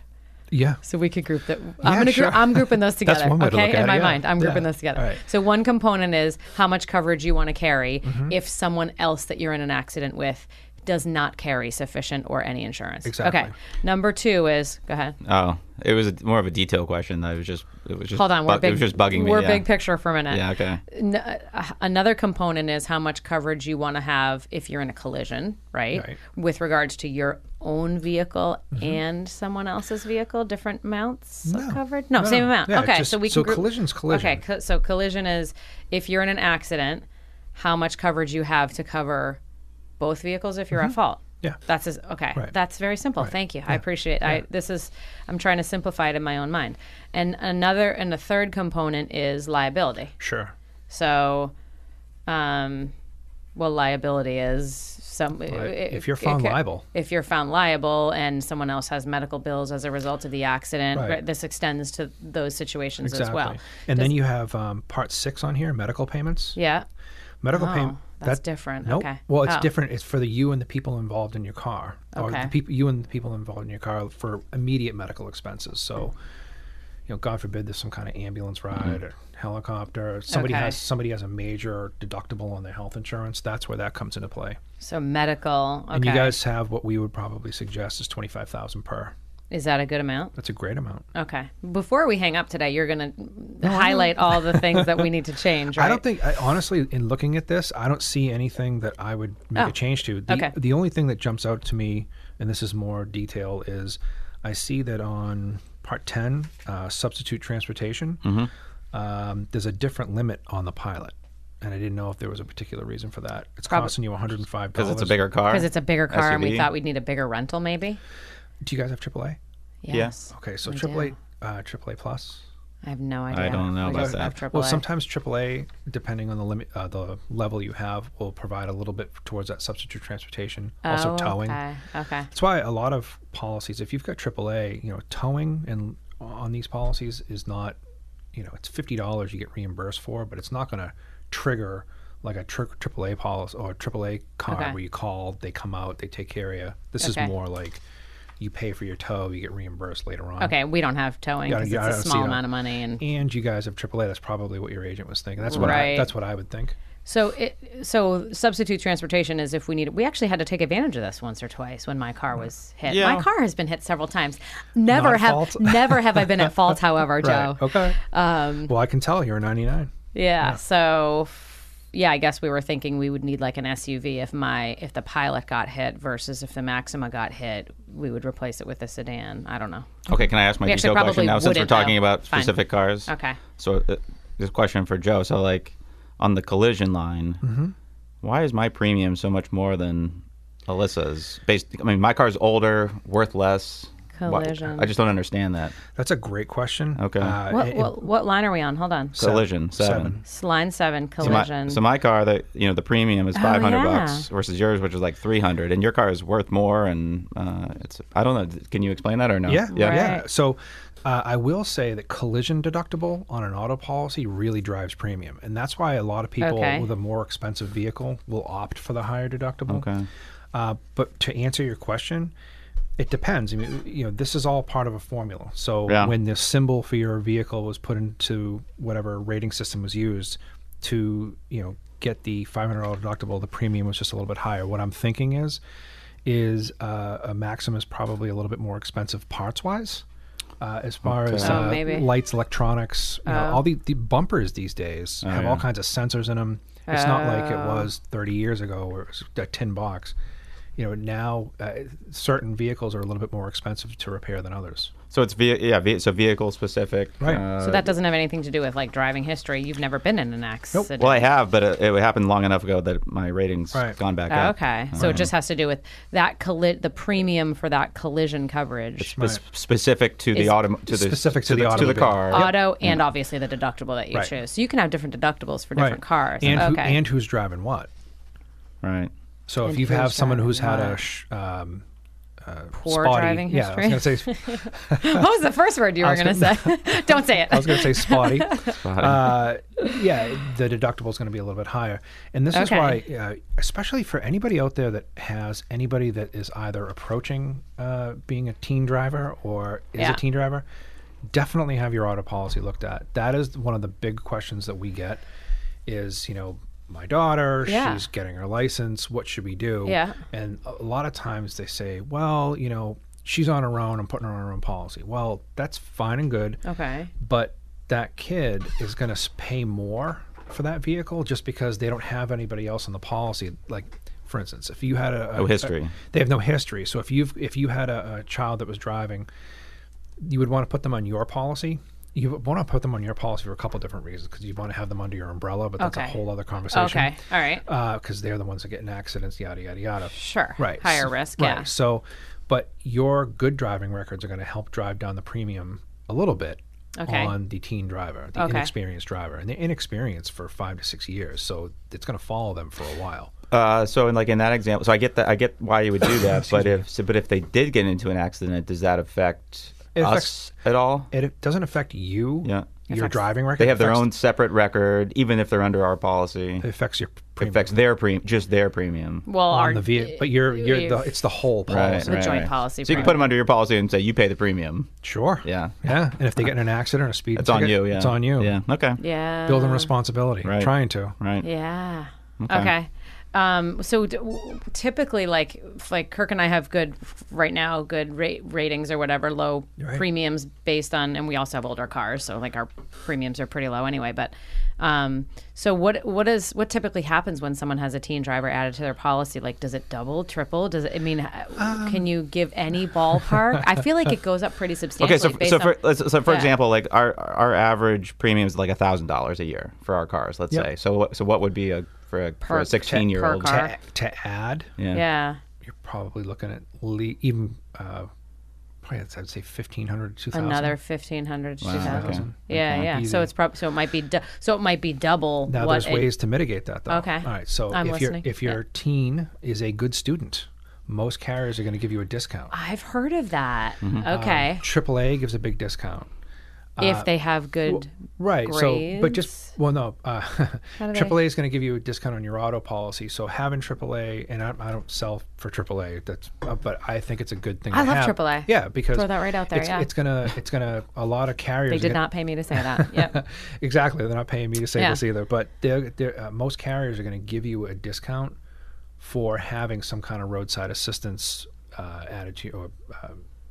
Speaker 3: Yeah.
Speaker 1: So we could group that.
Speaker 3: Yeah,
Speaker 1: I'm gonna
Speaker 3: sure.
Speaker 1: group, I'm grouping
Speaker 3: [laughs]
Speaker 1: those together.
Speaker 3: one way
Speaker 1: okay,
Speaker 3: to look at
Speaker 1: in
Speaker 3: it,
Speaker 1: my
Speaker 3: yeah.
Speaker 1: mind, I'm grouping
Speaker 3: Yeah.
Speaker 1: those together.
Speaker 3: All right.
Speaker 1: So one component is how much coverage you want to carry
Speaker 3: Mm-hmm.
Speaker 1: if someone else that you're in an accident with does not carry sufficient or any insurance. Okay.
Speaker 3: Exactly.
Speaker 1: Number two is go ahead.
Speaker 4: Oh, it was a, more of a detail question. I was just, it was just.
Speaker 1: Hold on, we're
Speaker 4: bug-
Speaker 1: big.
Speaker 4: It was just bugging me.
Speaker 1: We're
Speaker 4: yeah.
Speaker 1: big picture for a minute.
Speaker 4: Yeah. Okay.
Speaker 1: N- uh, another component is how much coverage you want to have if you're in a collision, right?
Speaker 3: Right. Mm-hmm.
Speaker 1: With regards to your own vehicle and someone else's vehicle, different amounts of coverage. No, same amount.
Speaker 3: Yeah,
Speaker 1: okay,
Speaker 3: just-
Speaker 1: so we can
Speaker 3: so
Speaker 1: group-
Speaker 3: collision's collision.
Speaker 1: Okay, co- so collision is if you're in an accident, how much coverage you have to cover both vehicles if you're at fault.
Speaker 3: Mm-hmm. Yeah.
Speaker 1: That's as, okay.
Speaker 3: Right.
Speaker 1: That's very simple. Thank you. I appreciate it. I this is I'm trying to simplify it in my own mind. And another and the third component is liability.
Speaker 3: Sure.
Speaker 1: So, um, well, liability is some.
Speaker 3: if you're found
Speaker 1: it ca-
Speaker 3: liable.
Speaker 1: If you're found liable and someone else has medical bills as a result of the accident,
Speaker 3: Right.
Speaker 1: right, this extends to those situations
Speaker 3: Exactly.
Speaker 1: as well.
Speaker 3: And then you have um, part six on here, medical payments.
Speaker 1: Yeah.
Speaker 3: Medical payment.
Speaker 1: Oh, that's different.
Speaker 3: Nope.
Speaker 1: Okay.
Speaker 3: Well, it's
Speaker 1: Oh.
Speaker 3: different. It's for the you and the people involved in your car, or
Speaker 1: Okay.
Speaker 3: the people you and the people involved in your car for immediate medical expenses. So, you know, God forbid there's some kind of ambulance ride or helicopter. Or somebody
Speaker 1: Okay.
Speaker 3: has somebody has a major deductible on their health insurance. That's where that comes into play.
Speaker 1: So medical. Okay.
Speaker 3: And you guys have what we would probably suggest is twenty five thousand per.
Speaker 1: is that a good amount?
Speaker 3: That's a great amount.
Speaker 1: Okay. Before we hang up today, you're going to highlight all the things that we need
Speaker 3: [laughs]
Speaker 1: to change, right?
Speaker 3: I don't think, I, honestly, in looking at this, I don't see anything that I would make
Speaker 1: Oh,
Speaker 3: a change to. The,
Speaker 1: okay.
Speaker 3: the only thing that jumps out to me, and this is more detail, is I see that on part 10, uh, substitute transportation,
Speaker 4: Mm-hmm.
Speaker 3: um, there's a different limit on the pilot. And I didn't know if there was a particular reason for that. It's costing you $105.
Speaker 4: Because it's a bigger car.
Speaker 1: Because it's a bigger car, and we
Speaker 4: SUV.
Speaker 1: thought we'd need a bigger rental, maybe.
Speaker 3: Do you guys have AAA?
Speaker 1: Yes.
Speaker 3: Okay, so
Speaker 1: We
Speaker 3: AAA,
Speaker 1: do.
Speaker 3: uh, AAA Plus.
Speaker 1: I have no idea.
Speaker 4: don't know
Speaker 1: We
Speaker 4: about
Speaker 1: just
Speaker 4: that.
Speaker 1: have AAA.
Speaker 3: Well, sometimes AAA, depending on the limit, uh, the level you have, will provide a little bit towards that substitute transportation. also
Speaker 1: Oh,
Speaker 3: towing.
Speaker 1: Okay. okay.
Speaker 3: That's why a lot of policies, if you've got AAA, you know, towing and on these policies is not, you know, it's fifty dollars you get reimbursed for, but it's not going to trigger like a tri- AAA policy or a AAA card
Speaker 1: Okay.
Speaker 3: where you call, they come out, they take care of you. This
Speaker 1: Okay.
Speaker 3: is more like you pay for your tow, you get reimbursed later on.
Speaker 1: Okay, we don't have towing
Speaker 3: Yeah,
Speaker 1: because
Speaker 3: yeah, I
Speaker 1: it's
Speaker 3: don't
Speaker 1: a
Speaker 3: see
Speaker 1: small
Speaker 3: that.
Speaker 1: amount of money, and
Speaker 3: And you guys have AAA. That's probably what your agent was thinking. That's what
Speaker 1: Right.
Speaker 3: I, that's what I would think.
Speaker 1: so it, so substitute transportation is if we need. We actually had to take advantage of this once or twice when my car was hit.
Speaker 4: Yeah.
Speaker 1: My car has been hit several times. Never
Speaker 3: at
Speaker 1: have
Speaker 3: fault.
Speaker 1: never have I been at [laughs] fault. However, Joe. Um,
Speaker 3: Right. Okay. well, I can tell you're a 99.
Speaker 1: Oh. Yeah. So f- yeah, I guess we were thinking we would need like an SUV if my if the Pilot got hit versus if the Maxima got hit, we would replace it with a sedan. I don't know.
Speaker 4: Okay, can I ask my
Speaker 1: We actually
Speaker 4: detail
Speaker 1: probably
Speaker 4: question now since we're
Speaker 1: wouldn't, though.
Speaker 4: talking about
Speaker 1: Fine.
Speaker 4: specific cars?
Speaker 1: Okay.
Speaker 4: So, uh, this question for Joe. So, like, on the collision line, why is my premium so much more than Alyssa's? Based, I mean, my car's older, worth less. Why-
Speaker 1: Collision.
Speaker 4: I just don't understand that.
Speaker 3: That's a great question.
Speaker 4: Okay.
Speaker 3: Uh,
Speaker 1: What
Speaker 3: it-
Speaker 1: what, what line are we on? Hold on.
Speaker 4: Collision seven.
Speaker 1: It's line seven
Speaker 4: So my-
Speaker 1: collision. Oh,
Speaker 4: So my car, that you know, the premium is five hundred
Speaker 1: yeah.
Speaker 4: bucks versus yours, which is like three hundred, and your car is worth more. And uh, it's I don't know. Can you explain that or no?
Speaker 3: Yeah, yeah,
Speaker 1: Right.
Speaker 3: yeah. So uh, I will say that collision deductible on an auto policy really drives premium, and that's why a lot of people
Speaker 1: Okay.
Speaker 3: with a more expensive vehicle will opt for the higher deductible.
Speaker 4: Okay.
Speaker 3: Uh, but to answer your question, it depends. I mean, you know, this is all part of a formula. So
Speaker 4: Yeah.
Speaker 3: when the symbol for your vehicle was put into whatever rating system was used to, you know, get the $500 deductible, the premium was just a little bit higher. What I'm thinking is, is uh, a Maxim is probably a little bit more expensive parts wise. Uh, as far as
Speaker 1: Okay. Oh,
Speaker 3: uh,
Speaker 1: maybe.
Speaker 3: lights, electronics, you know,
Speaker 1: Oh.
Speaker 3: all the, the bumpers these days have all
Speaker 4: yeah.
Speaker 3: kinds of sensors in them. It's not like it
Speaker 1: Oh.
Speaker 3: was 30 years ago where it was a tin box. You know, now uh, certain vehicles are a little bit more expensive to repair than others.
Speaker 4: So it's ve- yeah, ve- so vehicle specific.
Speaker 3: Right.
Speaker 4: Uh,
Speaker 1: So that doesn't have anything to do with like driving history. You've never been in an accident. Oh,
Speaker 4: well, I have, but it, it happened long enough ago that my ratings
Speaker 3: Right.
Speaker 4: gone back
Speaker 1: Oh,
Speaker 4: up.
Speaker 1: okay. So it just has to do with that colli- the premium for that collision coverage.
Speaker 4: Spe- specific to the
Speaker 1: Is-
Speaker 4: auto to the
Speaker 3: Specific to the
Speaker 4: to the
Speaker 3: automobile.
Speaker 4: car.
Speaker 1: Auto and obviously the deductible that you
Speaker 3: Right.
Speaker 1: choose. So you can have different deductibles for different cars.
Speaker 3: And, who,
Speaker 1: okay.
Speaker 3: and who's driving what.
Speaker 4: Right.
Speaker 3: So if
Speaker 1: And
Speaker 3: you
Speaker 1: who's
Speaker 3: have someone
Speaker 1: driving
Speaker 3: who's had
Speaker 1: what.
Speaker 3: a sh- um,
Speaker 1: Poor
Speaker 3: spotty,
Speaker 1: driving
Speaker 3: yeah,
Speaker 1: history.
Speaker 3: I was gonna say
Speaker 1: [laughs] what was the first word you were
Speaker 3: was
Speaker 1: going to say? [laughs] Don't say
Speaker 3: [laughs] I was
Speaker 1: it.
Speaker 3: going to say spotty.
Speaker 4: Spotty.
Speaker 3: Uh, yeah, the deductible is going to be a little bit higher, and this
Speaker 1: Okay.
Speaker 3: is why, uh, especially for anybody out there that has anybody that is either approaching uh, being a teen driver or is
Speaker 1: Yeah.
Speaker 3: a teen driver, definitely have your auto policy looked at. That is one of the big questions that we get. Is you know my daughter,
Speaker 1: Yeah.
Speaker 3: she's getting her license. What should we do?
Speaker 1: Yeah.
Speaker 3: And a lot of times they say, well, you know, she's on her own. I'm putting her on her own policy. Well, that's fine and good
Speaker 1: Okay.
Speaker 3: but that kid is going to pay more for that vehicle just because they don't have anybody else on the policy like for instance if you had a, a
Speaker 4: No history.
Speaker 3: they have no history so if you've if you had a, a child that was driving you would want to put them on your policy you would want to put them on your policy for a couple different reasons because you want to have them under your umbrella but that's a
Speaker 1: Okay.
Speaker 3: whole other conversation
Speaker 1: Okay. All right.
Speaker 3: because they're the ones that get in accidents yada yada yada
Speaker 1: Sure.
Speaker 3: right
Speaker 1: Higher
Speaker 3: s-
Speaker 1: risk.
Speaker 3: right.
Speaker 1: Yeah.
Speaker 3: so but your good driving records are going to help drive down the premium a little bit
Speaker 1: Okay.
Speaker 3: on the teen driver the
Speaker 1: Okay.
Speaker 3: inexperienced driver and they're inexperienced for five to six years so it's going to follow them for a while
Speaker 4: Uh, so in like in that example, so I get that I get why you would do that, but if so, but if they did get into an accident, does that affect
Speaker 3: It
Speaker 4: us at all?
Speaker 3: it, it doesn't affect you
Speaker 4: Yeah.
Speaker 3: your driving record
Speaker 4: They have their
Speaker 3: affects-
Speaker 4: own separate record, even if they're under our policy.
Speaker 3: it affects your premium
Speaker 4: affects their premium, just their premium.
Speaker 1: well, our
Speaker 3: on the vehicle but you're you're the, it's the whole policy
Speaker 1: The joint policy
Speaker 4: So you can
Speaker 1: premium.
Speaker 4: put them under your policy and say you pay the premium.
Speaker 3: sure
Speaker 4: Yeah.
Speaker 3: yeah and if they get in an accident or a speed
Speaker 4: It's on
Speaker 3: ticket,
Speaker 4: you. Yeah.
Speaker 3: it's on you
Speaker 4: Yeah. Okay.
Speaker 1: yeah.
Speaker 3: building responsibility
Speaker 4: Right.
Speaker 3: trying to
Speaker 4: Right.
Speaker 1: Yeah. Okay.
Speaker 4: Okay.
Speaker 1: Um, so d- w- typically, like f- like Kirk and I have good f- right now, good ra- ratings or whatever, low
Speaker 3: Right.
Speaker 1: premiums based on, and we also have older cars, so like our premiums are pretty low anyway. But um, so what what is what typically happens when someone has a teen driver added to their policy? Like, does it double, triple? Does it? I mean, h- can you give any ballpark? I feel like it goes up pretty substantially.
Speaker 4: Um. [laughs] Okay, so
Speaker 1: based
Speaker 4: so
Speaker 1: on-
Speaker 4: for let's- so for
Speaker 1: Yeah.
Speaker 4: example, like our our average premium is like thousand dollars a year for our cars. Let's
Speaker 3: Yep.
Speaker 4: say so. What, so what would be a for a, for
Speaker 1: Per-
Speaker 4: a sixteen year old?
Speaker 1: per car.
Speaker 3: to, to add
Speaker 4: Yeah.
Speaker 1: yeah.
Speaker 3: you're probably looking at le- even uh, probably I'd say 1500 2000
Speaker 1: another 1500 to 2000
Speaker 4: okay.
Speaker 1: yeah yeah so
Speaker 3: Easy.
Speaker 1: it's probably so it might be du- so it might be double
Speaker 3: now
Speaker 1: what
Speaker 3: there's
Speaker 1: it-
Speaker 3: ways to mitigate that though
Speaker 1: Okay.
Speaker 3: all right so
Speaker 1: I'm
Speaker 3: if
Speaker 1: listening.
Speaker 3: your if your teen is a good student most carriers are going to give you a discount
Speaker 1: i've heard of that
Speaker 3: Uh,
Speaker 1: okay
Speaker 3: AAA gives a big discount uh,
Speaker 1: if they have good
Speaker 3: right so but
Speaker 1: Grades?
Speaker 3: just well no uh,
Speaker 1: do they-
Speaker 3: AAA is going to give you a discount on your auto policy so having AAA and I, I don't sell for AAA that's uh, but I think it's a good thing
Speaker 1: I
Speaker 3: to
Speaker 1: love
Speaker 3: have.
Speaker 1: AAA.
Speaker 3: yeah because
Speaker 1: Throw that right out there,
Speaker 3: it's,
Speaker 1: yeah.
Speaker 3: it's gonna it's gonna a lot of carriers
Speaker 1: they
Speaker 3: are
Speaker 1: did
Speaker 3: gonna-
Speaker 1: not pay me to say
Speaker 3: [laughs]
Speaker 1: that yep
Speaker 3: Exactly. They're not paying me to say
Speaker 1: Yeah.
Speaker 3: this either, but they're, they're, uh, most carriers are going to give you a discount for having some kind of roadside assistance uh, attitude or uh,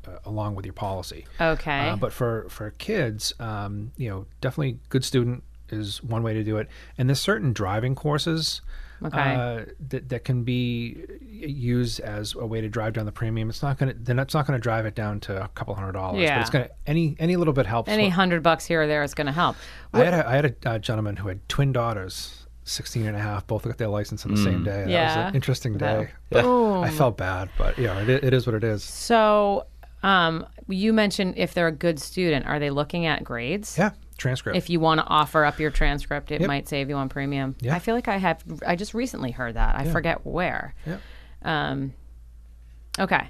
Speaker 3: uh, along with your policy.
Speaker 1: okay
Speaker 3: Uh, but for for kids, um, you know, definitely good student is one way to do it. And there's certain driving courses
Speaker 1: Okay.
Speaker 3: uh, that that can be used as a way to drive down the premium. It's not going to then it's not going to drive it down to a couple hundred dollars, but
Speaker 1: Yeah.
Speaker 3: it's going to any any little bit helps.
Speaker 1: any hundred bucks here or there is going to help
Speaker 3: I had a, I had a uh, gentleman who had twin daughters, 16 and a half, both got their license on the
Speaker 4: Mm.
Speaker 3: same day. That was
Speaker 1: Yeah.
Speaker 3: an interesting day. I felt bad, but yeah, it, it is what it is.
Speaker 1: so um, you mentioned if they're a good student are they looking at grades
Speaker 3: Yeah, transcript.
Speaker 1: if you want to offer up your transcript, it
Speaker 3: Yep.
Speaker 1: might save you on premium.
Speaker 3: Yeah.
Speaker 1: I feel like I have. I just recently heard that. I forget where.
Speaker 3: Yeah.
Speaker 1: Um, okay.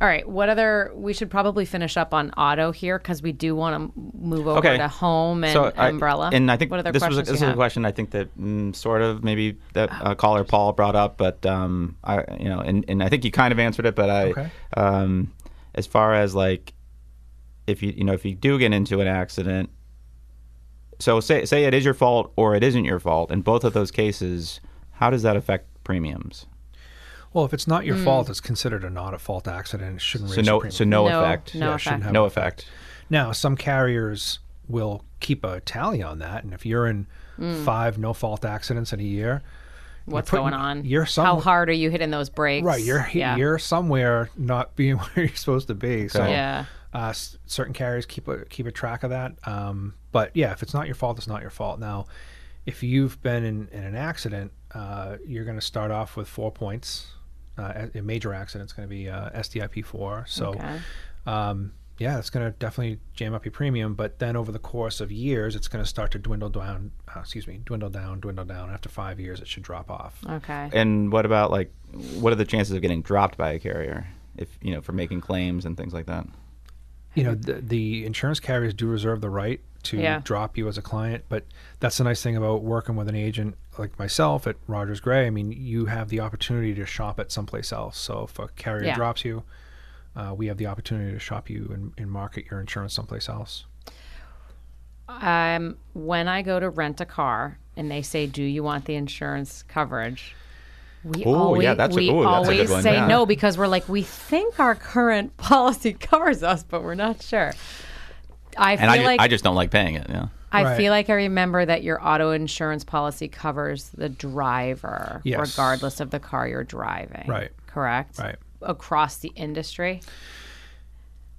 Speaker 1: All right. What other? We should probably finish up on auto here because we do want to move over
Speaker 4: Okay.
Speaker 1: to home and
Speaker 4: So I-
Speaker 1: umbrella.
Speaker 4: and I think
Speaker 1: what other
Speaker 4: this was a,
Speaker 1: questions
Speaker 4: this is
Speaker 1: you
Speaker 4: a
Speaker 1: have? Oh,
Speaker 4: question I think that mm, sort of maybe that uh, caller Paul brought up, but um, I you know, and, and I think you kind of answered it, but I
Speaker 3: Okay.
Speaker 4: um, as far as like if you you know if you do get into an accident, so say say it is your fault or it isn't your fault. In both of those cases, how does that affect premiums?
Speaker 3: well, if it's not
Speaker 1: Mm.
Speaker 3: your fault, it's considered a not a fault accident. It shouldn't
Speaker 4: So
Speaker 3: raise your
Speaker 4: no,
Speaker 3: premium.
Speaker 4: so no,
Speaker 1: No,
Speaker 4: effect.
Speaker 1: no Yeah, it shouldn't effect.
Speaker 3: have
Speaker 4: No
Speaker 3: an
Speaker 4: effect.
Speaker 3: Now, some carriers will keep a tally on that, and if you're in five no fault accidents in a year, you're
Speaker 1: Mm. What's
Speaker 3: putting-
Speaker 1: going on?
Speaker 3: You're
Speaker 1: How
Speaker 3: some,
Speaker 1: hard are you hitting those brakes?
Speaker 3: right. You're
Speaker 1: yeah.
Speaker 3: you're somewhere not being [laughs] where you're supposed to be. So
Speaker 1: yeah.
Speaker 3: uh, s- certain carriers keep a keep a track of that. Um, but yeah, if it's not your fault, it's not your fault. Now, if you've been in, in an accident, uh, you're going to start off with four points. Uh, a, a major accident's going to be uh, SDIP four. So,
Speaker 1: Okay.
Speaker 3: um, yeah, it's going to definitely jam up your premium. But then over the course of years, it's going to start to dwindle down. Uh, excuse me, dwindle down, dwindle down. After five years, it should drop off.
Speaker 1: Okay.
Speaker 4: And what about like, what are the chances of getting dropped by a carrier if you know for making claims and things like that?
Speaker 3: you know the, the insurance carriers do reserve the right to
Speaker 1: Yeah.
Speaker 3: drop you as a client but that's the nice thing about working with an agent like myself at rogers gray i mean you have the opportunity to shop at someplace else so if a carrier
Speaker 1: Yeah.
Speaker 3: drops you uh, we have the opportunity to shop you and, and market your insurance someplace else
Speaker 1: Um, when I go to rent a car and they say, "Do you want the insurance coverage?" We
Speaker 4: Ooh, yeah,
Speaker 1: always,
Speaker 4: that's a-
Speaker 1: we
Speaker 4: ooh, that's a good
Speaker 1: always
Speaker 4: one,
Speaker 1: say
Speaker 4: yeah.
Speaker 1: no because we're like, we think our current [laughs] policy covers us, but we're not sure. I feel
Speaker 4: And I, ju-
Speaker 1: like
Speaker 4: I just don't like paying it. Yeah.
Speaker 1: I
Speaker 3: Right.
Speaker 1: feel like I remember that your auto insurance policy covers the driver,
Speaker 3: Yes.
Speaker 1: regardless of the car you're driving.
Speaker 3: Right.
Speaker 1: Correct.
Speaker 3: Right.
Speaker 1: Across the industry,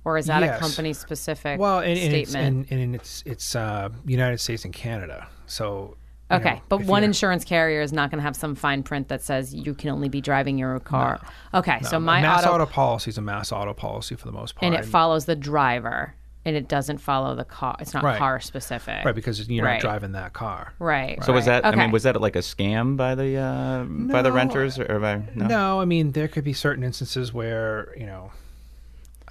Speaker 1: or is that a
Speaker 3: Yes.
Speaker 1: company specific
Speaker 3: well and, and, it's,
Speaker 1: statement?
Speaker 3: and, and it's it's uh, united states and canada so you
Speaker 1: Okay,
Speaker 3: know,
Speaker 1: but
Speaker 3: if
Speaker 1: one
Speaker 3: you're-
Speaker 1: insurance carrier is not going to have some fine print that says you can only be driving your car. Okay, so
Speaker 3: a
Speaker 1: my
Speaker 3: mass
Speaker 1: auto,
Speaker 3: auto, policy is a mass auto policy for the most part
Speaker 1: and it follows the driver, and it doesn't follow the car. It's not
Speaker 3: Right.
Speaker 1: car specific,
Speaker 3: right because you're
Speaker 1: Right.
Speaker 3: not driving that car
Speaker 1: Right.
Speaker 4: So was
Speaker 1: right.
Speaker 4: that? I mean, was that like a scam by the uh, by the
Speaker 3: No.
Speaker 4: renters or, by no?
Speaker 3: No, I mean there could be certain instances where you know,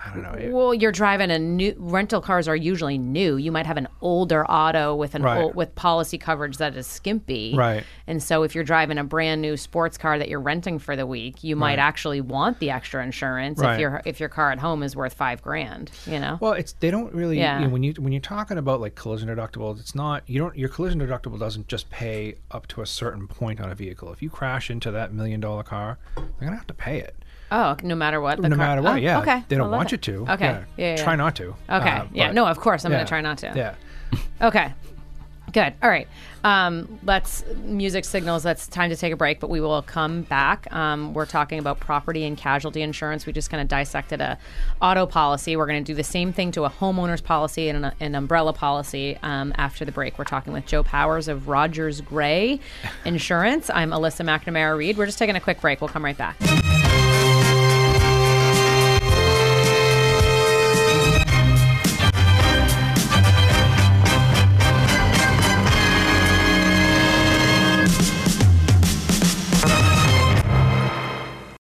Speaker 3: I don't know. it-
Speaker 1: Well, you're driving a new rental cars are usually new. You might have an older auto with an
Speaker 3: Right.
Speaker 1: old, with policy coverage that is skimpy.
Speaker 3: Right.
Speaker 1: And so if you're driving a brand new sports car that you're renting for the week, you might actually want the extra insurance if
Speaker 3: Right.
Speaker 1: your if your car at home is worth 5 grand, you know.
Speaker 3: well, it's they don't really.
Speaker 1: Yeah.
Speaker 3: You know, when you when you're talking about like collision deductibles, it's not you don't your collision deductible doesn't just pay up to a certain point on a vehicle. If you crash into that million dollar car, they're gonna have to pay it
Speaker 1: Oh, no matter what. The
Speaker 3: no
Speaker 1: car-
Speaker 3: matter
Speaker 1: oh,
Speaker 3: what. yeah,
Speaker 1: Okay.
Speaker 3: they
Speaker 1: I
Speaker 3: don't
Speaker 1: love
Speaker 3: want
Speaker 1: it.
Speaker 3: you to.
Speaker 1: Okay. Yeah. yeah,
Speaker 3: try not to.
Speaker 1: Okay.
Speaker 3: uh,
Speaker 1: yeah.
Speaker 3: but-
Speaker 1: No. Of course, I'm
Speaker 3: yeah,
Speaker 1: gonna try not to.
Speaker 3: Yeah.
Speaker 1: Okay. Good. All right. Um, let's music signals. That's time to take a break, but we will come back. Um, we're talking about property and casualty insurance. We just kind of dissected a auto policy. We're going to do the same thing to a homeowner's policy and an, an umbrella policy. Um, after the break, we're talking with Joe Powers of Rogers Gray Insurance. I'm Alyssa McNamara Reed. We're just taking a quick break. We'll come right back.